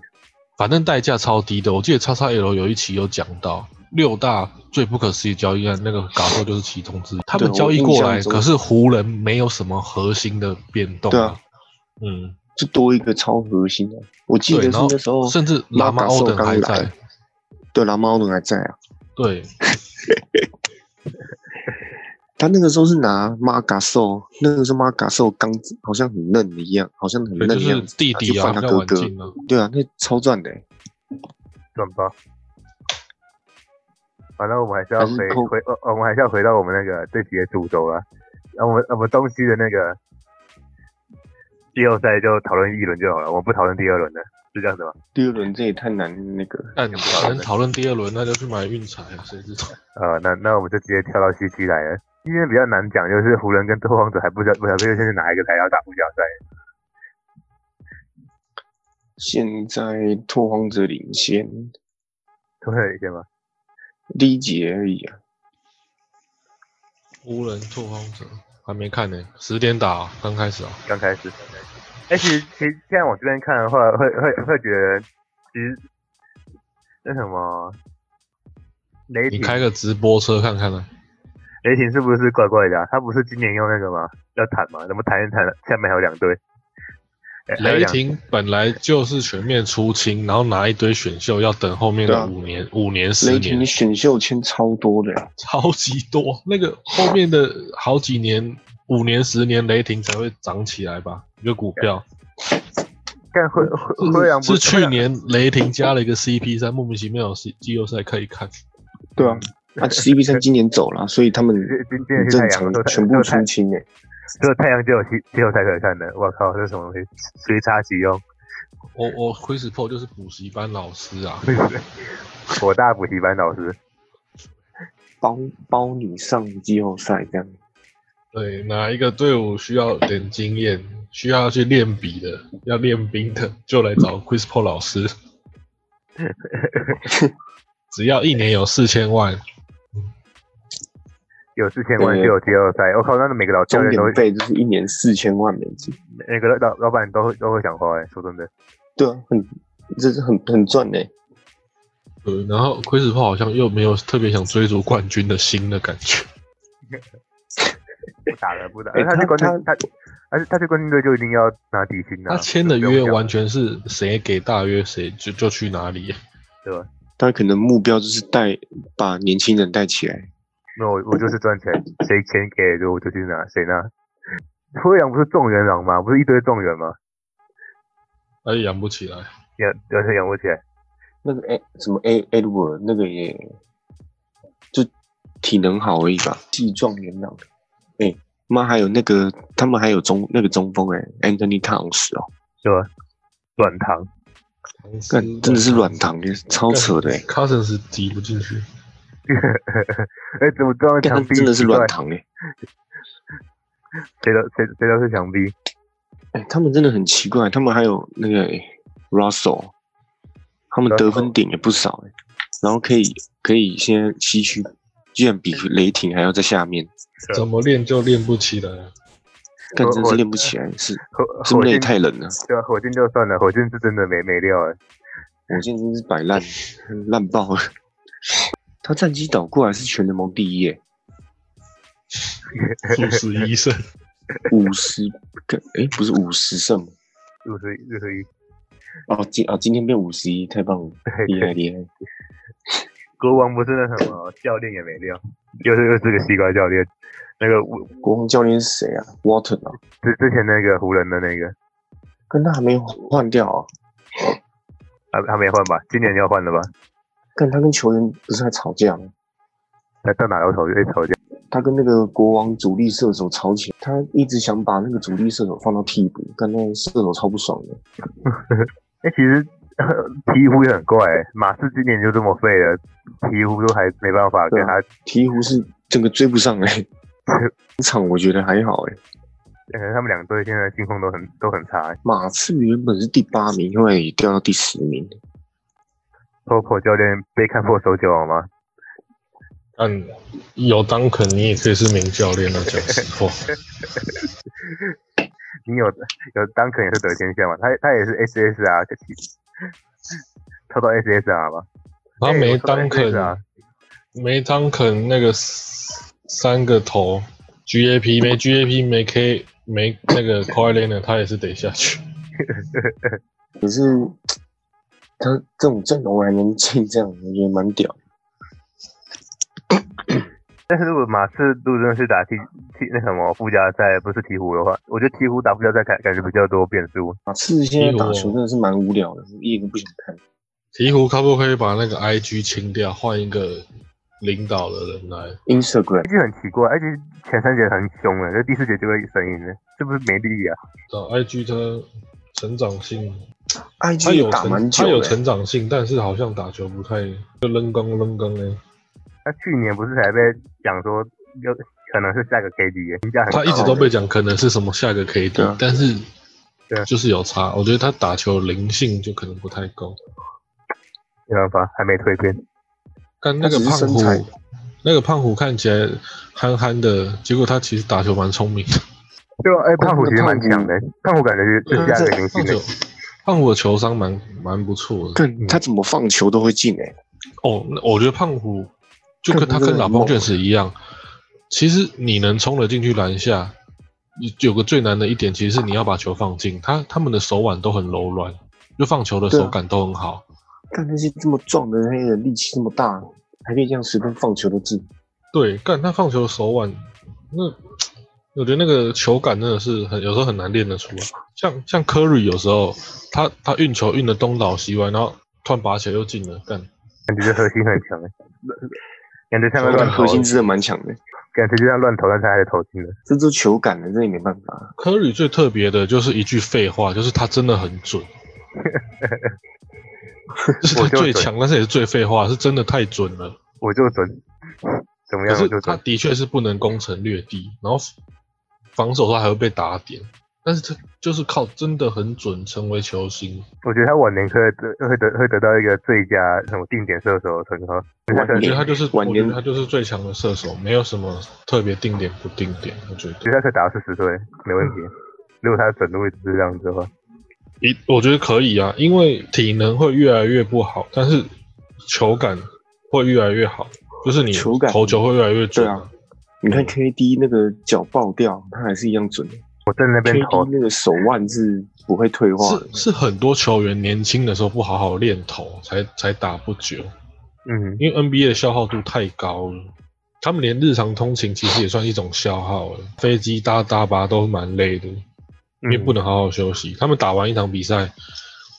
[SPEAKER 2] 反正代价超低的。我记得叉叉 L 有一期有讲到六大最不可思议交易案，那个嘎兽就是其中之一。他们交易过
[SPEAKER 1] 我
[SPEAKER 2] 来，
[SPEAKER 1] 印象中
[SPEAKER 2] 可是湖人没有什么核心的变动。
[SPEAKER 1] 对啊，
[SPEAKER 2] 嗯。
[SPEAKER 1] 就多一个超核心的、我记
[SPEAKER 2] 对，
[SPEAKER 1] 得
[SPEAKER 2] 然
[SPEAKER 1] 是
[SPEAKER 2] 后
[SPEAKER 1] 那时候
[SPEAKER 2] 甚至拉马
[SPEAKER 1] 马
[SPEAKER 2] 欧
[SPEAKER 1] 索
[SPEAKER 2] 登
[SPEAKER 1] 刚
[SPEAKER 2] 还
[SPEAKER 1] 来
[SPEAKER 2] 在，
[SPEAKER 1] 对拉猫都还在啊，
[SPEAKER 2] 对，
[SPEAKER 1] 他那个时候是拿马嘎兽，那个时候马嘎兽刚好像很嫩的一样，好像很嫩
[SPEAKER 2] 就
[SPEAKER 1] 的
[SPEAKER 2] 是
[SPEAKER 1] 样子，
[SPEAKER 2] 弟弟啊，
[SPEAKER 1] 然
[SPEAKER 2] 比
[SPEAKER 1] 后就
[SPEAKER 2] 较晚
[SPEAKER 1] 换他哥
[SPEAKER 2] 进
[SPEAKER 1] 哥，
[SPEAKER 2] 啊。
[SPEAKER 1] 对啊，那超赚的欸、
[SPEAKER 3] 赚包。反正我们还是要
[SPEAKER 1] 还是
[SPEAKER 3] 回
[SPEAKER 1] 扣
[SPEAKER 3] 回，呃我们还是要回到我们那个这集的主轴了。那我们我们东西的那个季后赛就讨论一轮就好了，我们不讨论第二轮的，是这样子吗？
[SPEAKER 1] 第二轮这也太难那个，
[SPEAKER 2] 但哎能讨论第二轮，那就去买运彩，啊谁知道？
[SPEAKER 3] 呃，那那我们就直接跳到西区来了。今天比较难讲，就是湖人跟拓荒者还不知道不晓得现在哪一个才要打附加赛。
[SPEAKER 1] 现在拓荒者领先
[SPEAKER 3] 拓荒者领先吗？
[SPEAKER 1] 第一节而已啊，
[SPEAKER 2] 湖人拓荒者还没看呢，十点打啊刚开始啊。
[SPEAKER 3] 刚开始。哎、其实其实现在往这边看的话，会会会觉得，其实那什么，雷
[SPEAKER 2] 你
[SPEAKER 3] 霆
[SPEAKER 2] 开个直播车看看啊，
[SPEAKER 3] 雷霆是不是怪怪的、啊？他不是今年用那个吗？要谈吗？怎么谈一谈？下面还有两队。哎还有
[SPEAKER 2] 雷
[SPEAKER 3] 两
[SPEAKER 2] 霆本来就是全面出清，然后拿一堆选秀，要等后面
[SPEAKER 1] 对
[SPEAKER 2] 的
[SPEAKER 1] 啊
[SPEAKER 2] 五年、五年、十
[SPEAKER 1] 雷霆
[SPEAKER 2] 年，
[SPEAKER 1] 选秀签超多的欸、
[SPEAKER 2] 超级多。那个后面的好几年，五年、十年，雷霆才会涨起来吧？一个股票，
[SPEAKER 3] 但灰灰灰狼啊不
[SPEAKER 2] 是去年雷霆加了一个 CP 三，莫名其妙有季后赛可以看。
[SPEAKER 1] 对啊，啊 CP 三今年走了，啊所以他们
[SPEAKER 3] 今今年是
[SPEAKER 1] 正
[SPEAKER 3] 太
[SPEAKER 1] 常啊
[SPEAKER 3] 阳，都
[SPEAKER 1] 全部出清欸诶、
[SPEAKER 3] 只有太阳就有季季后赛可以看的。我靠，这是什么东西？随插即用，
[SPEAKER 2] 我我 Chris Paul 就是补习班老师啊，
[SPEAKER 3] 火大补习班老师。
[SPEAKER 1] 包包你上季后赛这样。
[SPEAKER 2] 对，哪一个队伍需要点经验，需要去练笔的，要练兵的，就来找 Chris Paul 老师。只要一年有四千万，
[SPEAKER 3] 有四千万就
[SPEAKER 1] 对
[SPEAKER 3] 有季后赛，我靠，那每个老教
[SPEAKER 1] 终
[SPEAKER 3] 练都
[SPEAKER 1] 点费就是一年四千万美金。
[SPEAKER 3] 每个老老板都会都会讲话哎、说真的，
[SPEAKER 1] 对啊，很这是很很赚诶、
[SPEAKER 2] 对，然后 Chris Paul 好像又没有特别想追逐冠军的心的感觉。
[SPEAKER 3] 不打了不打了，
[SPEAKER 1] 哎
[SPEAKER 3] 他
[SPEAKER 1] 他
[SPEAKER 3] 去冠军他他去他去冠军队就一定要拿底薪啊，
[SPEAKER 2] 他签的
[SPEAKER 3] 就不用
[SPEAKER 2] 约
[SPEAKER 3] 讲
[SPEAKER 2] 完全是谁给大约谁就就去哪里，
[SPEAKER 3] 对吧？
[SPEAKER 1] 他可能目标就是带把年轻人带起来。
[SPEAKER 3] 没有我我就是赚钱，谁钱给就我就去拿，谁拿。灰狼不是状元郎吗？不是一堆状元吗？
[SPEAKER 2] 他就养不起来。
[SPEAKER 3] 养而且养不起来，
[SPEAKER 1] 那个 A 什么 A Edward 那个也就体能好而已吧，技状元朗。哎、妈还有那个他们还有中那个中锋哎、Anthony Towns 哦，
[SPEAKER 3] 对吧？软糖，
[SPEAKER 1] 干真的是软糖耶，超扯的哎、
[SPEAKER 2] Cousins 挤不进去，
[SPEAKER 3] 哎，怎么这样
[SPEAKER 1] 干
[SPEAKER 3] 墙
[SPEAKER 1] 他
[SPEAKER 3] 壁？
[SPEAKER 1] 真的是软
[SPEAKER 3] 对，
[SPEAKER 1] 糖哎、
[SPEAKER 3] 谁都谁谁都是墙壁。
[SPEAKER 1] 哎、他们真的很奇怪，他们还有那个、欸 Russell，他们
[SPEAKER 3] Russell
[SPEAKER 1] 得分点也不少哎、然后可以可以现在西区居然比雷霆还要在下面，
[SPEAKER 3] 对
[SPEAKER 2] 怎么练就练不起来啊。
[SPEAKER 1] 干
[SPEAKER 3] 我
[SPEAKER 1] 真是
[SPEAKER 3] 我
[SPEAKER 1] 练不起来，是
[SPEAKER 3] 火
[SPEAKER 1] 是不
[SPEAKER 3] 火
[SPEAKER 1] 是也
[SPEAKER 3] 箭
[SPEAKER 1] 太冷了？
[SPEAKER 3] 对啊，火箭就算了，火箭是真的没没料哎。
[SPEAKER 1] 火箭真是摆烂，烂爆了。他战绩倒过来是全联盟第一耶，
[SPEAKER 2] 素食医生，
[SPEAKER 1] 五十个哎不是五十胜
[SPEAKER 3] 六十六十一，
[SPEAKER 1] 哦，今啊今天变五十一，太棒了，
[SPEAKER 3] 对
[SPEAKER 1] 厉
[SPEAKER 3] 对
[SPEAKER 1] 害 厉害！
[SPEAKER 3] 国王不是那什么教练也没料，又是又是个西瓜教练，那个我
[SPEAKER 1] 国王教练是谁啊？Water 啊，
[SPEAKER 3] 之之前那个湖人的那个，
[SPEAKER 1] 跟他还没有换掉啊？
[SPEAKER 3] 还还没换吧？今年要换了吧？
[SPEAKER 1] 看他跟球员不是还吵架吗？
[SPEAKER 3] 他到哪都吵一吵架，
[SPEAKER 1] 他跟那个国王主力射手吵起来，他一直想把那个主力射手放到替补，但那个射手超不爽的。
[SPEAKER 3] 哎、其实 呵鹈鹕也很怪、欸，马刺今年就这么废了，鹈鹕都还没办法跟他，
[SPEAKER 1] 鹈鹕是整个追不上哎、欸，这场我觉得还好哎、
[SPEAKER 3] 可呃能他们两队现在进攻都很都很差、欸。
[SPEAKER 1] 马刺原本是第八名，后来也掉到第十名。
[SPEAKER 3] Popo 教练被看破手脚好吗？
[SPEAKER 2] 但嗯有当肯你也可以是名教练啊，讲实 话。
[SPEAKER 3] 你有有当肯也是得天下嘛，他他也是 SSR，可惜跳到 SSR 吧。
[SPEAKER 2] 他
[SPEAKER 3] 哎
[SPEAKER 2] 没
[SPEAKER 3] 我说
[SPEAKER 2] 当
[SPEAKER 3] SS 啊
[SPEAKER 2] 肯，没当肯那个三三个头，GAP 没 GAP 没 K 没那个 c o i l e n 他也是得下去。
[SPEAKER 1] 可是他这种阵容还能进这样，我觉得蛮屌。
[SPEAKER 3] 但是如果马刺如果真的是打替替那什么附加赛，不是鹈鹕的话，我觉得鹈鹕打附加赛感感觉比较多变数。
[SPEAKER 1] 马刺现在打球真的是蛮无聊的，一点都不想看。
[SPEAKER 2] 鹈鹕可不可以把那个 IG 清掉，换一个领导的人来？
[SPEAKER 1] Instagram
[SPEAKER 3] 而哎且很奇怪，而且前三节很凶的，这第四节就会有声音了，是不是没力啊？
[SPEAKER 2] 找 IG 他成长性，他
[SPEAKER 1] IG
[SPEAKER 2] 有
[SPEAKER 1] 也打蛮
[SPEAKER 2] 成
[SPEAKER 1] 久
[SPEAKER 2] 他有
[SPEAKER 1] 的、
[SPEAKER 2] 成长性，但是好像打球不太就扔刚扔刚呢。
[SPEAKER 3] 他去年不是才被讲说有可能是下个 KD，评价很
[SPEAKER 2] 他一直
[SPEAKER 3] 高
[SPEAKER 2] 都被讲可能是什么下个 KD，、
[SPEAKER 1] 对啊
[SPEAKER 2] 但是
[SPEAKER 3] 对啊
[SPEAKER 2] 就是有差。我觉得他打球灵性就可能不太够。
[SPEAKER 3] 没办法，还没蜕变。
[SPEAKER 2] 但那个
[SPEAKER 1] 他只
[SPEAKER 2] 胖
[SPEAKER 1] 是身
[SPEAKER 2] 虎
[SPEAKER 1] 材，
[SPEAKER 2] 那个胖虎看起来憨憨的，结果他其实打球蛮聪明的。
[SPEAKER 3] 对啊，哎，
[SPEAKER 1] 那
[SPEAKER 3] 胖虎其实蛮强的，胖虎感觉就是就是
[SPEAKER 2] 对啊
[SPEAKER 3] 下个明星
[SPEAKER 2] 胖
[SPEAKER 3] 的
[SPEAKER 2] 虎，胖虎的球商蛮蛮不错的。
[SPEAKER 1] 看他怎么放球都会进哎、
[SPEAKER 2] 哦，那我觉得胖虎就跟
[SPEAKER 1] 胖虎
[SPEAKER 2] 他跟
[SPEAKER 1] 真的
[SPEAKER 2] 老
[SPEAKER 1] 很
[SPEAKER 2] 邦
[SPEAKER 1] 猛
[SPEAKER 2] 卷士一样，其实你能冲得进去篮下，有有个最难的一点，其实是你要把球放进。他他们的手腕都很柔软，就放球的
[SPEAKER 1] 对啊
[SPEAKER 2] 手感都很好。
[SPEAKER 1] 看那些这么壮的那个力气这么大，还可以这样随便放球都进。
[SPEAKER 2] 对，干他放球的手腕，那我觉得那个球感真的是很有时候很难练得出来。像像科瑞有时候他他运球运的东倒西歪，然后突然拔起来又进了，但
[SPEAKER 3] 感觉这核心很强欸，感觉像在
[SPEAKER 1] 我
[SPEAKER 3] 乱
[SPEAKER 1] 感
[SPEAKER 3] 投
[SPEAKER 1] 核，心真的蛮强的，
[SPEAKER 3] 感觉就像乱投，但是还是投进了。
[SPEAKER 1] 这都球感了，这也没办法。
[SPEAKER 2] 科瑞最特别的就是一句废话，就是他真的很 准。就是他
[SPEAKER 3] 我就
[SPEAKER 2] 最
[SPEAKER 3] 准
[SPEAKER 2] 强，但是也是最废话，是真的太准了。
[SPEAKER 3] 我就准，怎么
[SPEAKER 2] 可
[SPEAKER 3] 样我
[SPEAKER 2] 是
[SPEAKER 3] 就
[SPEAKER 2] 他
[SPEAKER 3] 准。
[SPEAKER 2] 的确是不能攻城略地，然后防守的话还会被打点，但是他就是靠真的很准成为球星。
[SPEAKER 3] 我觉得他晚年可以得会得会得到一个最佳什么定点射手的称号。他可
[SPEAKER 2] 我
[SPEAKER 3] 能
[SPEAKER 2] 觉
[SPEAKER 1] 年
[SPEAKER 2] 得他就是，我
[SPEAKER 1] 晚
[SPEAKER 2] 觉
[SPEAKER 1] 年
[SPEAKER 2] 得他就是最强的射手，没有什么特别定点不定点。我觉
[SPEAKER 3] 觉
[SPEAKER 2] 得
[SPEAKER 3] 得他可以打到四十岁，没问题。如果他准的位置是这样子的话，
[SPEAKER 2] 一，我觉得可以啊，因为体能会越来越不好，但是球感会越来越好，就是你
[SPEAKER 1] 球感
[SPEAKER 2] 投球会越来越准、
[SPEAKER 1] 对啊。你看 KD 那个脚爆掉，他还是一样准的。
[SPEAKER 3] 我站在那边投
[SPEAKER 1] KD，那个手腕是不会退化的
[SPEAKER 2] 是，是很多球员年轻的时候不好好练投，才才打不久。
[SPEAKER 3] 嗯，
[SPEAKER 2] 因为 NBA 的消耗度太高了，他们连日常通勤其实也算一种消耗了，飞机搭大巴都蛮累的，因为
[SPEAKER 3] 嗯
[SPEAKER 2] 不能好好休息。他们打完一场比赛，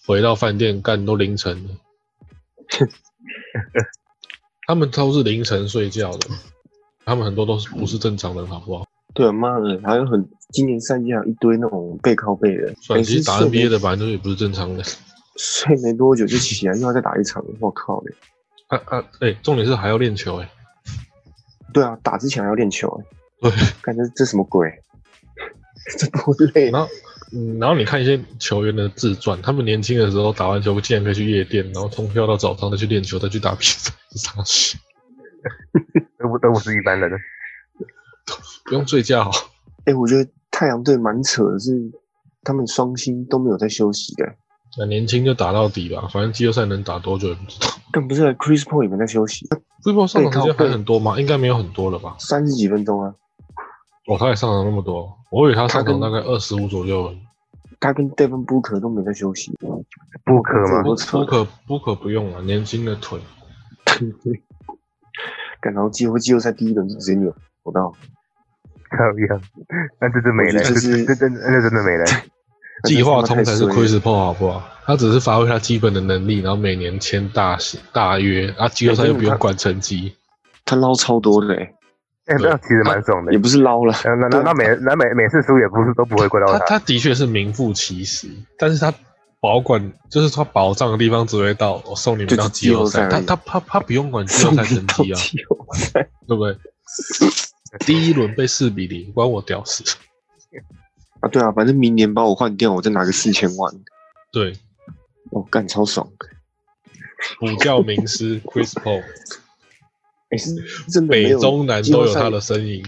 [SPEAKER 2] 回到饭店干都凌晨了， 他们都是凌晨睡觉的，他们很多都是不是正常人，好不好？
[SPEAKER 1] 对啊，妈的，还有很今年赛季还有一堆那种背靠背的，
[SPEAKER 2] 算了，
[SPEAKER 1] 每
[SPEAKER 2] 其
[SPEAKER 1] 次
[SPEAKER 2] 实打
[SPEAKER 1] 睡
[SPEAKER 2] NBA
[SPEAKER 1] 没
[SPEAKER 2] 的本来就也不是正常人。
[SPEAKER 1] 睡没多久就起来又要再打一场，我靠嘞！
[SPEAKER 2] 啊啊，哎、重点是还要练球、哎，
[SPEAKER 1] 对啊，打之前还要练球、欸，
[SPEAKER 2] 对。
[SPEAKER 1] 感觉这什么鬼？ 这多累啊！
[SPEAKER 2] 然后，嗯，然后你看一些球员的自传，他们年轻的时候打完球，竟然可以去夜店，然后通宵到早上再去练球，再去打比赛， 傻笑
[SPEAKER 3] 都不都不是一般人。
[SPEAKER 2] 不用睡觉。啊
[SPEAKER 1] 哎、我觉得太阳队蛮扯的是，他们双星都没有在休息的、
[SPEAKER 2] 那年轻就打到底吧，反正季后赛能打多久也不知道。
[SPEAKER 1] 更不是 Chris Paul 也没在休息，
[SPEAKER 2] 微博上场时
[SPEAKER 1] 背
[SPEAKER 2] 间
[SPEAKER 1] 靠背
[SPEAKER 2] 还很多吗？应该没有很多了吧？
[SPEAKER 1] 三十几分钟啊。
[SPEAKER 2] 哦，他也上场那么多，我以为他上
[SPEAKER 1] 他跟
[SPEAKER 2] 场大概二十五左右了。
[SPEAKER 1] 他跟 Devin Booker 都没在休息，
[SPEAKER 3] 不可
[SPEAKER 1] 这
[SPEAKER 3] 嘛
[SPEAKER 1] 我，
[SPEAKER 2] 不
[SPEAKER 1] 都扯
[SPEAKER 2] 不可不可不用了，啊年轻的腿。
[SPEAKER 1] 干然后季后季后赛第一轮就直接扭到，
[SPEAKER 3] 靠样，那这真没人，
[SPEAKER 1] 我觉得这
[SPEAKER 3] 这这
[SPEAKER 1] 是
[SPEAKER 3] 这真那真的没人。
[SPEAKER 2] 计划通才是
[SPEAKER 1] 那他妈太衰
[SPEAKER 2] Chris Paul 好不好？他只是发挥他基本的能力，然后每年签大型大约，啊，季后赛又不用管成绩。
[SPEAKER 1] 哎他捞超多的、欸，
[SPEAKER 3] 哎，那其实蛮爽的
[SPEAKER 1] 也。不是捞了，
[SPEAKER 3] 那那那那每那每每次输也不是都不会怪到
[SPEAKER 2] 他
[SPEAKER 3] 他。
[SPEAKER 2] 他的确是名副其实，但是他保管就是他保障的地方只会到我、送你们
[SPEAKER 1] 就
[SPEAKER 2] 到
[SPEAKER 1] 是
[SPEAKER 2] 季后赛，
[SPEAKER 1] 季后赛
[SPEAKER 2] 他
[SPEAKER 1] 而已
[SPEAKER 2] 他他他不用管季后
[SPEAKER 1] 送
[SPEAKER 2] 赛
[SPEAKER 1] 你
[SPEAKER 2] 成
[SPEAKER 1] 到
[SPEAKER 2] 绩啊，
[SPEAKER 1] 季后赛，
[SPEAKER 2] 对不对？第一轮被四比零，关我屌事。
[SPEAKER 1] 啊，对啊，反正明年把我换掉，我再拿个四千万，
[SPEAKER 2] 对，
[SPEAKER 1] 哦，干超爽！
[SPEAKER 2] 补教名师 Chris Paul，
[SPEAKER 1] 哎、是真的没
[SPEAKER 2] 北
[SPEAKER 1] 有
[SPEAKER 2] 中南
[SPEAKER 1] 季后
[SPEAKER 2] 都有
[SPEAKER 1] 赛
[SPEAKER 2] 他的身影。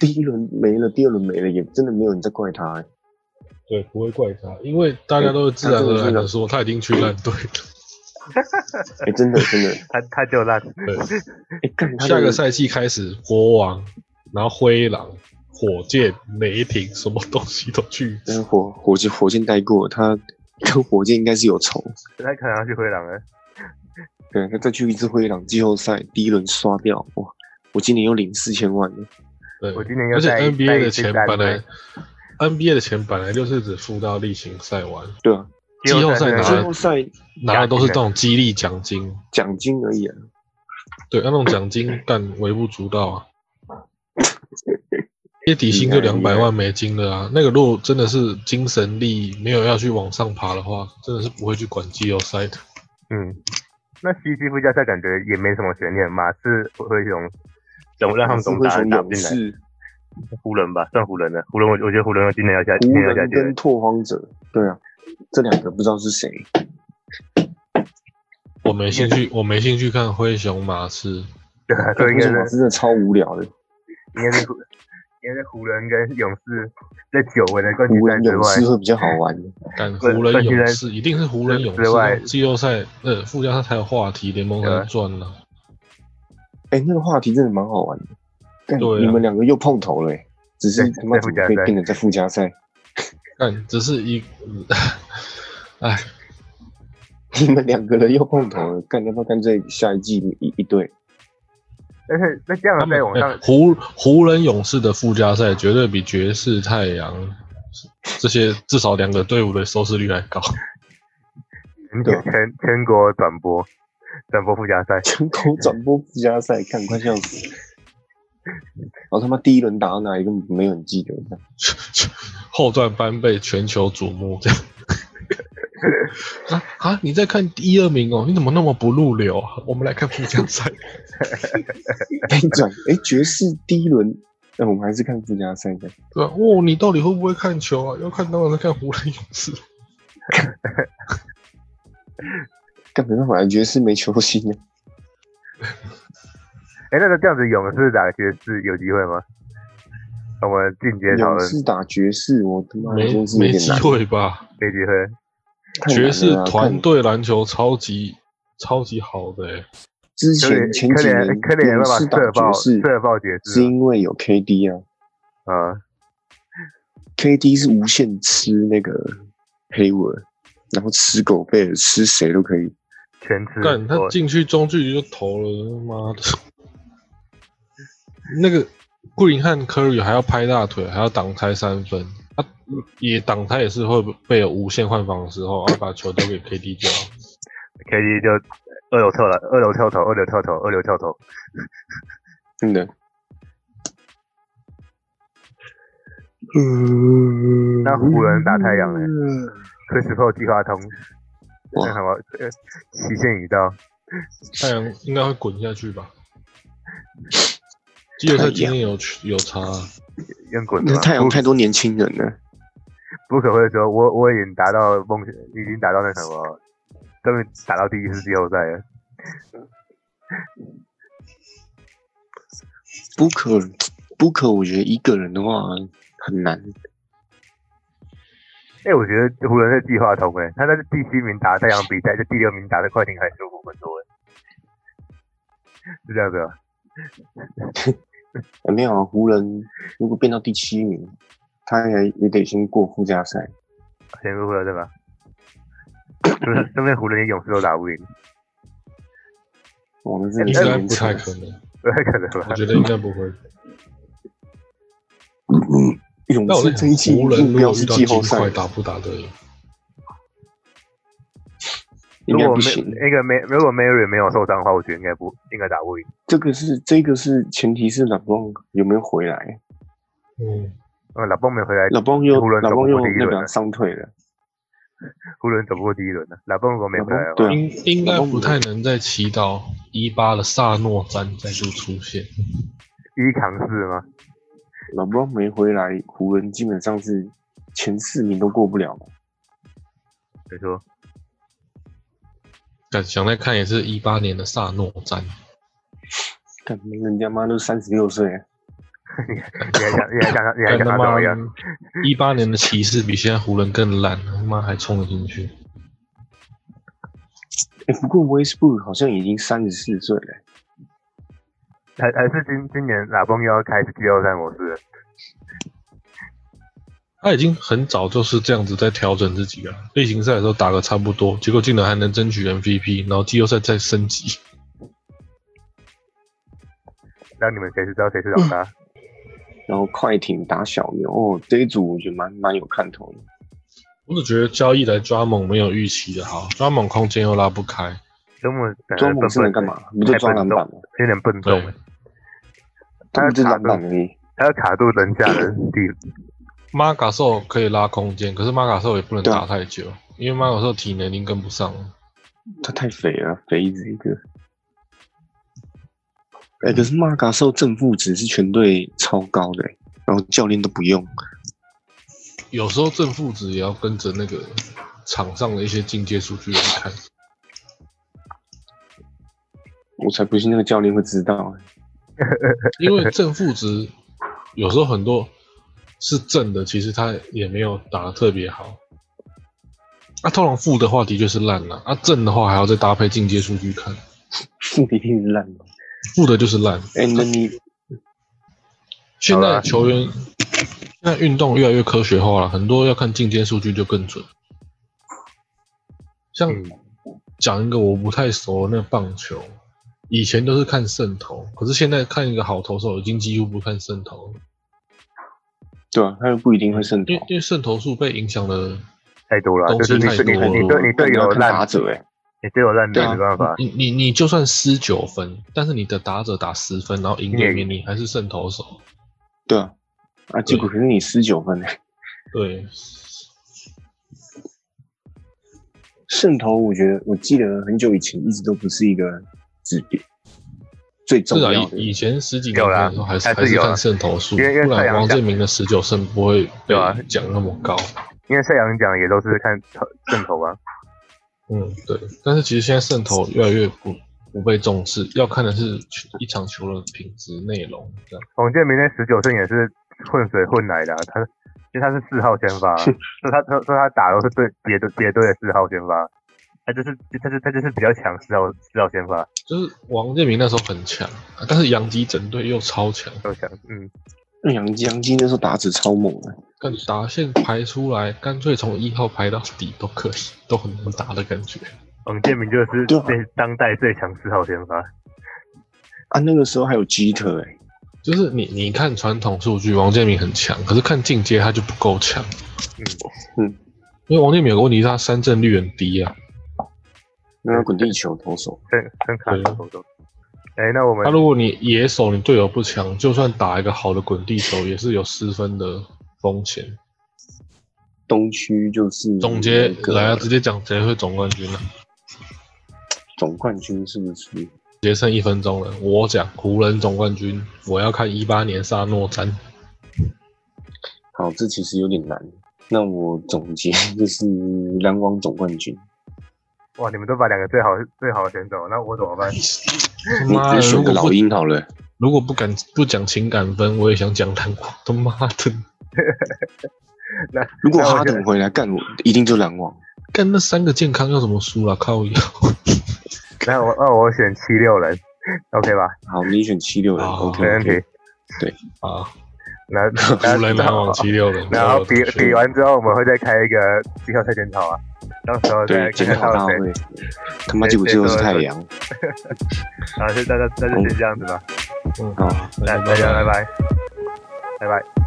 [SPEAKER 1] 第一轮没了，第二轮没了，也真的没有人在怪他、欸。
[SPEAKER 2] 对，不会怪他，因为大家都是自然而然的说他已经去烂队了。
[SPEAKER 1] 哎、真的真的，
[SPEAKER 3] 他他就烂，
[SPEAKER 2] 对，
[SPEAKER 1] 哎、干他的
[SPEAKER 2] 下个赛季开始，国王，然后灰狼、火箭、雷霆，什么东西都去。
[SPEAKER 1] 那个火火箭火箭带过，他跟火箭应该是有仇。
[SPEAKER 3] 他可能要去灰狼了。
[SPEAKER 1] 对，他再去一次灰狼季后赛，第一轮刷掉，哇！我今年又领四千万了，
[SPEAKER 2] 对，
[SPEAKER 3] 我今年要
[SPEAKER 2] 而且
[SPEAKER 3] 带
[SPEAKER 2] NBA 的钱
[SPEAKER 3] 带一支
[SPEAKER 2] 本来
[SPEAKER 3] 战
[SPEAKER 2] NBA 的钱本来就是只付到例行赛玩，
[SPEAKER 1] 对啊，
[SPEAKER 2] 季后赛
[SPEAKER 3] 真的
[SPEAKER 2] 拿
[SPEAKER 1] 季
[SPEAKER 2] 来
[SPEAKER 1] 后赛
[SPEAKER 2] 拿的都是这种激励奖金。
[SPEAKER 1] 奖金而已、啊，
[SPEAKER 2] 对，那种奖金 干微不足道啊。月底薪就
[SPEAKER 1] 厉害
[SPEAKER 2] 两百万美金了啊！那个如果真的是精神力没有要去往上爬的话，真的是不会去管季后赛的。
[SPEAKER 3] 嗯，那西区附加赛感觉也没什么悬念，马刺、灰熊怎么让他们总
[SPEAKER 1] 灰
[SPEAKER 3] 打
[SPEAKER 1] 熊
[SPEAKER 3] 打不
[SPEAKER 1] 勇
[SPEAKER 3] 进来？
[SPEAKER 1] 士、
[SPEAKER 3] 湖人吧，算湖人了。湖人我我觉得湖人今年要下，今
[SPEAKER 1] 湖
[SPEAKER 3] 年要下
[SPEAKER 1] 人
[SPEAKER 3] 决赛
[SPEAKER 1] 跟。拓荒者，对啊，这两个不知道是谁。
[SPEAKER 2] 我没兴趣，我没兴趣看灰熊、马刺。
[SPEAKER 3] 对啊，所以应
[SPEAKER 1] 灰
[SPEAKER 3] 该
[SPEAKER 1] 熊老
[SPEAKER 3] 是
[SPEAKER 1] 师真的超无聊的，
[SPEAKER 3] 应该是湖应该是湖人跟勇士在久违的冠军
[SPEAKER 1] 湖
[SPEAKER 3] 赛
[SPEAKER 1] 人
[SPEAKER 3] 之
[SPEAKER 1] 勇
[SPEAKER 3] 外，
[SPEAKER 1] 士会比较好玩。
[SPEAKER 2] 干湖
[SPEAKER 3] 对
[SPEAKER 2] 人
[SPEAKER 3] 但现
[SPEAKER 2] 勇
[SPEAKER 3] 在
[SPEAKER 2] 士一定是湖人
[SPEAKER 3] 之
[SPEAKER 2] 勇
[SPEAKER 3] 之外
[SPEAKER 2] 士啊季后赛呃附加赛才有话题，联盟才
[SPEAKER 3] 对啊
[SPEAKER 2] 能赚呢、
[SPEAKER 1] 哎、那个话题真的蛮好玩的。但
[SPEAKER 2] 对啊
[SPEAKER 1] 你们两个又碰头了、欸，只是
[SPEAKER 3] 对
[SPEAKER 1] 他妈
[SPEAKER 3] 在附
[SPEAKER 1] 怎
[SPEAKER 3] 加
[SPEAKER 1] 么可以
[SPEAKER 3] 赛
[SPEAKER 1] 变成在附加赛？
[SPEAKER 2] 但只是一，嗯哎，
[SPEAKER 1] 你们两个人又碰头了，干要不要干脆下一季一一对？
[SPEAKER 3] 但是那这样
[SPEAKER 2] 他们
[SPEAKER 3] 在网上
[SPEAKER 2] 哎湖湖人勇士的附加赛绝对比爵士、太阳这些至少两个队伍的收视率还高。
[SPEAKER 3] 全 全全国转播转播附加赛，
[SPEAKER 1] 全国转播附加赛，看快笑死了。然后他妈第一轮打到哪里根本没有人记得，
[SPEAKER 2] 后段班被全球瞩目，这样。啊啊！你在看第一二名哦？你怎么那么不入流啊？我们来看附加赛。
[SPEAKER 1] 哎，转哎，爵士第一轮，那我们还是看附加赛的。
[SPEAKER 2] 对啊，哦，你到底会不会看球啊？要看当然是看湖人勇士。
[SPEAKER 1] 干没办法，爵士没球星啊，
[SPEAKER 3] 哎、那个这样子勇士打爵士有机会吗？我们进阶讨
[SPEAKER 1] 勇
[SPEAKER 3] 论，
[SPEAKER 1] 士打爵士，我他妈
[SPEAKER 2] 没
[SPEAKER 1] 真是有
[SPEAKER 2] 没
[SPEAKER 1] 点
[SPEAKER 2] 机
[SPEAKER 1] 难。
[SPEAKER 2] 会吧？
[SPEAKER 3] 没机会。
[SPEAKER 1] 太难了
[SPEAKER 2] 爵
[SPEAKER 1] 啊
[SPEAKER 2] 士团
[SPEAKER 1] 看
[SPEAKER 2] 队篮球超级超级好的、欸，
[SPEAKER 1] 之
[SPEAKER 3] 可
[SPEAKER 1] 前前
[SPEAKER 3] 怜可
[SPEAKER 1] 几
[SPEAKER 3] 怜可
[SPEAKER 1] 年
[SPEAKER 3] 怜
[SPEAKER 1] 勇
[SPEAKER 3] 爸爸
[SPEAKER 1] 士打爵
[SPEAKER 3] 射爆
[SPEAKER 1] 士
[SPEAKER 3] 射爆爵
[SPEAKER 1] 是
[SPEAKER 3] 士
[SPEAKER 1] 因为有 KD 啊
[SPEAKER 3] 啊！
[SPEAKER 1] ，KD 是无限吃那个黑文，然后吃狗贝尔，吃谁都可以。
[SPEAKER 3] 全吃
[SPEAKER 2] 干他
[SPEAKER 3] 我
[SPEAKER 2] 进去中距离就投了，他妈的！ 那个布林汉科里还要拍大腿，还要挡拆三分，他也挡拆也是会被有无限换防的时候，然后把球丢给 KD 就好。
[SPEAKER 3] KD 就二楼跳了，二楼跳投，二楼跳投，二楼跳投。
[SPEAKER 1] 真的。
[SPEAKER 3] 那湖人打太阳呢
[SPEAKER 1] 嗯
[SPEAKER 3] Chris Paul 计划通，
[SPEAKER 1] 哇
[SPEAKER 3] 那什么呃期限已到，
[SPEAKER 2] 太阳应该会滚下去吧？季后赛今天
[SPEAKER 1] 哎
[SPEAKER 2] 有有差啊、
[SPEAKER 3] 用滚的
[SPEAKER 1] 那
[SPEAKER 3] 吗？
[SPEAKER 1] 太阳
[SPEAKER 3] 不
[SPEAKER 1] 太多年轻人了，
[SPEAKER 3] 不可会说，我我已经达到梦想，已经达到那什么，终于打到第一次季后赛了。
[SPEAKER 1] 不可不可，我觉得一个人的话很难。
[SPEAKER 3] 哎、我觉得湖人是计划通哎、他在第七名打太阳比赛，这第六名打的快艇还舒服很多哎、是这样子吧？
[SPEAKER 1] 啊没有啊，湖人如果变到第七名，他也也得先过附加赛。
[SPEAKER 3] 先过湖人对吧？不是，这边湖人连勇士都打不赢，
[SPEAKER 1] 我们这
[SPEAKER 2] 应
[SPEAKER 1] 里
[SPEAKER 2] 该不太可能，
[SPEAKER 3] 不太可能吧
[SPEAKER 2] 我？觉得应该不会。
[SPEAKER 1] 勇
[SPEAKER 2] 但我
[SPEAKER 1] 士
[SPEAKER 2] 在
[SPEAKER 1] 这
[SPEAKER 2] 想
[SPEAKER 1] 一季
[SPEAKER 2] 湖人
[SPEAKER 1] 目
[SPEAKER 2] 如
[SPEAKER 1] 标
[SPEAKER 2] 果
[SPEAKER 1] 是
[SPEAKER 2] 遇到
[SPEAKER 1] 季后
[SPEAKER 2] 金
[SPEAKER 1] 赛，
[SPEAKER 2] 块打不打得赢？
[SPEAKER 1] 应
[SPEAKER 3] 如
[SPEAKER 1] 该
[SPEAKER 3] 果
[SPEAKER 1] 不
[SPEAKER 3] 没
[SPEAKER 1] 行。
[SPEAKER 3] 那个没如果 Mary 没有受伤的话，我觉得应该不应该打不赢。
[SPEAKER 1] 这个是这个是前提是老邦有没有回来？
[SPEAKER 2] 嗯，
[SPEAKER 3] 嗯，老蹦没回来，
[SPEAKER 1] 老邦又
[SPEAKER 3] 湖人
[SPEAKER 1] 老
[SPEAKER 3] 走
[SPEAKER 1] 邦
[SPEAKER 3] 不
[SPEAKER 1] 又
[SPEAKER 3] 过第一
[SPEAKER 1] 那
[SPEAKER 3] 轮
[SPEAKER 1] 个
[SPEAKER 3] 了
[SPEAKER 1] 伤退了，
[SPEAKER 3] 湖人走不过第一轮的。老蹦如果没回来的
[SPEAKER 1] 对
[SPEAKER 3] 话，
[SPEAKER 1] 啊
[SPEAKER 2] 应应该不太能再祈祷一八的萨诺詹再度出现。
[SPEAKER 3] 一扛四吗？
[SPEAKER 1] 老邦没回来，湖人基本上是前四名都过不了。
[SPEAKER 3] 你说
[SPEAKER 2] 敢想再看也是一八年的萨诺 詹，
[SPEAKER 1] 看人家妈都三十六岁了，
[SPEAKER 3] 你还想你还想你还
[SPEAKER 2] 但他
[SPEAKER 3] 想他怎
[SPEAKER 2] 妈
[SPEAKER 3] 么样？
[SPEAKER 2] 一八年的骑士比现在湖人更烂，他妈还冲了进去。
[SPEAKER 1] 哎、不过 Westbrook 好像已经三十四岁了、
[SPEAKER 3] 还还是今今年老蹦又要开始季后赛模式了？
[SPEAKER 2] 他已经很早就是这样子在调整自己了。例行赛的时候打个差不多，结果竟然还能争取 MVP，然后季后赛再升级。
[SPEAKER 3] 让你们谁知道谁是老大？
[SPEAKER 1] 然后快艇打小牛，哦，这一组我觉得蛮蛮有看头的。
[SPEAKER 2] 我只觉得交易来抓猛没有预期的好，抓猛空间又拉不开。
[SPEAKER 3] 周末感觉
[SPEAKER 1] 抓
[SPEAKER 3] 笨
[SPEAKER 1] 猛
[SPEAKER 3] 笨
[SPEAKER 1] 是能干嘛？哎不就抓篮板吗？
[SPEAKER 3] 有点笨重
[SPEAKER 2] 对，，
[SPEAKER 1] 他们就篮板而已。
[SPEAKER 3] 他要卡住人家的地，
[SPEAKER 2] 马卡兽可以拉空间，可是马卡兽也不能
[SPEAKER 1] 对啊
[SPEAKER 2] 打太久，因为马卡兽体能已经跟不上了。
[SPEAKER 1] 他太肥了，肥子一个。哎、可是马嘎受正负值是全队超高的、然后教练都不用。
[SPEAKER 2] 有时候正负值也要跟着那个场上的一些进阶数据来看。
[SPEAKER 1] 我才不信那个教练会知道、啊
[SPEAKER 2] 因为正负值有时候很多是正的，其实他也没有打得特别好。啊，通常负的话的确是烂了，啊正的话还要再搭配进阶数据看，
[SPEAKER 1] 负一定是烂 的。
[SPEAKER 2] 负的就是烂。
[SPEAKER 1] 哎、那你
[SPEAKER 2] 现
[SPEAKER 3] 好
[SPEAKER 2] 在
[SPEAKER 3] 啦
[SPEAKER 2] 球员，现在运动越来越科学化了，很多要看进阶数据就更准。像
[SPEAKER 3] 嗯
[SPEAKER 2] 讲一个我不太熟的那棒球，以前都是看胜投，可是现在看一个好投手已经几乎不看胜投了，
[SPEAKER 1] 对啊，他又不一定会胜投
[SPEAKER 2] 因为，因为胜投数被影响了。
[SPEAKER 3] 太多了，
[SPEAKER 2] 东
[SPEAKER 3] 就
[SPEAKER 2] 西
[SPEAKER 3] 是你
[SPEAKER 2] 嗯太多
[SPEAKER 3] 对你
[SPEAKER 2] 了
[SPEAKER 3] 你对你队
[SPEAKER 1] 但
[SPEAKER 3] 友
[SPEAKER 1] 要看打
[SPEAKER 3] 烂，
[SPEAKER 1] 者哎、
[SPEAKER 3] 你队友烂
[SPEAKER 1] 对
[SPEAKER 3] 队
[SPEAKER 1] 啊
[SPEAKER 3] 没办法，
[SPEAKER 2] 你你你就算失九分，但是你的打者打十分，然后赢对面你还是胜投手，
[SPEAKER 1] 对啊，啊，结果可是你失九分哎、
[SPEAKER 2] 对，
[SPEAKER 1] 胜投我觉得我记得很久以前一直都不是一个指标最重
[SPEAKER 2] 至少
[SPEAKER 1] 要的，
[SPEAKER 2] 以以前十几年前的时候还是
[SPEAKER 3] 有啦
[SPEAKER 2] 还是
[SPEAKER 3] 有啦啊
[SPEAKER 2] 看胜投数，
[SPEAKER 3] 因为因为
[SPEAKER 2] 不
[SPEAKER 3] 太
[SPEAKER 2] 然
[SPEAKER 3] 阳
[SPEAKER 2] 王
[SPEAKER 3] 讲
[SPEAKER 2] 建民的十九胜不会被
[SPEAKER 3] 对啊
[SPEAKER 2] 讲那么高。
[SPEAKER 3] 因为赛扬奖也都是看投正 投啊，
[SPEAKER 2] 嗯，对。但是其实现在胜投越来越不不被重视，要看的是球一场球的品质、内容这样。
[SPEAKER 3] 王建民那十九胜也是混水混来的、啊，他因为他是四号先发、所以他说说他打都是对别的别队的四号先发，啊他就是他就是他就是比较强四号四号先发，
[SPEAKER 2] 就是王建民那时候很强，啊但是杨基整队又超强，
[SPEAKER 3] 都强，嗯，
[SPEAKER 1] 杨杨基那时候打者超猛的、
[SPEAKER 2] 干打线排出来，干脆从一号排到底都可以，都很能打的感觉。
[SPEAKER 3] 王建民就是
[SPEAKER 1] 对啊
[SPEAKER 3] 那当代最强四号先发，
[SPEAKER 1] 啊，那个时候还有基特哎、
[SPEAKER 2] 就是你你看传统数据，王建民很强，可是看进阶他就不够强。
[SPEAKER 3] 嗯
[SPEAKER 1] 嗯，
[SPEAKER 2] 因为王建民有个问题，是他三振率很低啊。
[SPEAKER 1] 那个滚地球投手，
[SPEAKER 3] 很很卡
[SPEAKER 2] 对
[SPEAKER 3] 的投手。哎、那我们
[SPEAKER 2] 他如果你野手你队友不强，就算打一个好的滚地球，也是有失分的风险。
[SPEAKER 1] 嗯东区就是
[SPEAKER 2] 总结
[SPEAKER 1] 那个
[SPEAKER 2] 来啊，直接讲谁会总冠军啊了、
[SPEAKER 1] 总冠军是不是？
[SPEAKER 2] 直接剩一分钟了，我讲湖人总冠军，我要看一八年沙诺詹。
[SPEAKER 1] 好，这其实有点难。那我总结 就是篮网总冠军，
[SPEAKER 3] 哇，你们都把两个最好最好的选走，那我怎 么办？
[SPEAKER 1] 你
[SPEAKER 2] 妈
[SPEAKER 1] 直
[SPEAKER 2] 的，
[SPEAKER 1] 接
[SPEAKER 2] 如
[SPEAKER 1] 选个
[SPEAKER 2] 果不
[SPEAKER 1] 老鹰好了。
[SPEAKER 2] 如果不敢不讲情感分，我也想讲篮网。他妈的，
[SPEAKER 1] 如果
[SPEAKER 3] 那我
[SPEAKER 1] 哈
[SPEAKER 3] 就
[SPEAKER 1] 登回来干，我一定就篮网。
[SPEAKER 2] 干那三个健康要怎么输啊？靠腰！
[SPEAKER 3] 那我那我选七六人，OK 吧？
[SPEAKER 1] 好，你选七六人
[SPEAKER 2] 好
[SPEAKER 1] ，OK
[SPEAKER 3] 哦没问题
[SPEAKER 1] OK。。
[SPEAKER 2] 啊！
[SPEAKER 3] 那那
[SPEAKER 2] 湖人篮网七六人，
[SPEAKER 3] 然后
[SPEAKER 2] 我
[SPEAKER 3] 比
[SPEAKER 2] 的
[SPEAKER 3] 比完之后，我们会再开一个绩效赛检讨啊，到时候再
[SPEAKER 1] 对，检
[SPEAKER 3] 看
[SPEAKER 1] 讨大
[SPEAKER 3] 到
[SPEAKER 1] 会
[SPEAKER 3] 谁。，
[SPEAKER 1] 他妈结果最后是太阳。
[SPEAKER 3] 好，就大家大家先这样子吧，
[SPEAKER 2] 嗯
[SPEAKER 1] 好
[SPEAKER 2] 好，
[SPEAKER 3] 大
[SPEAKER 2] 大
[SPEAKER 3] 大家拜拜，拜拜。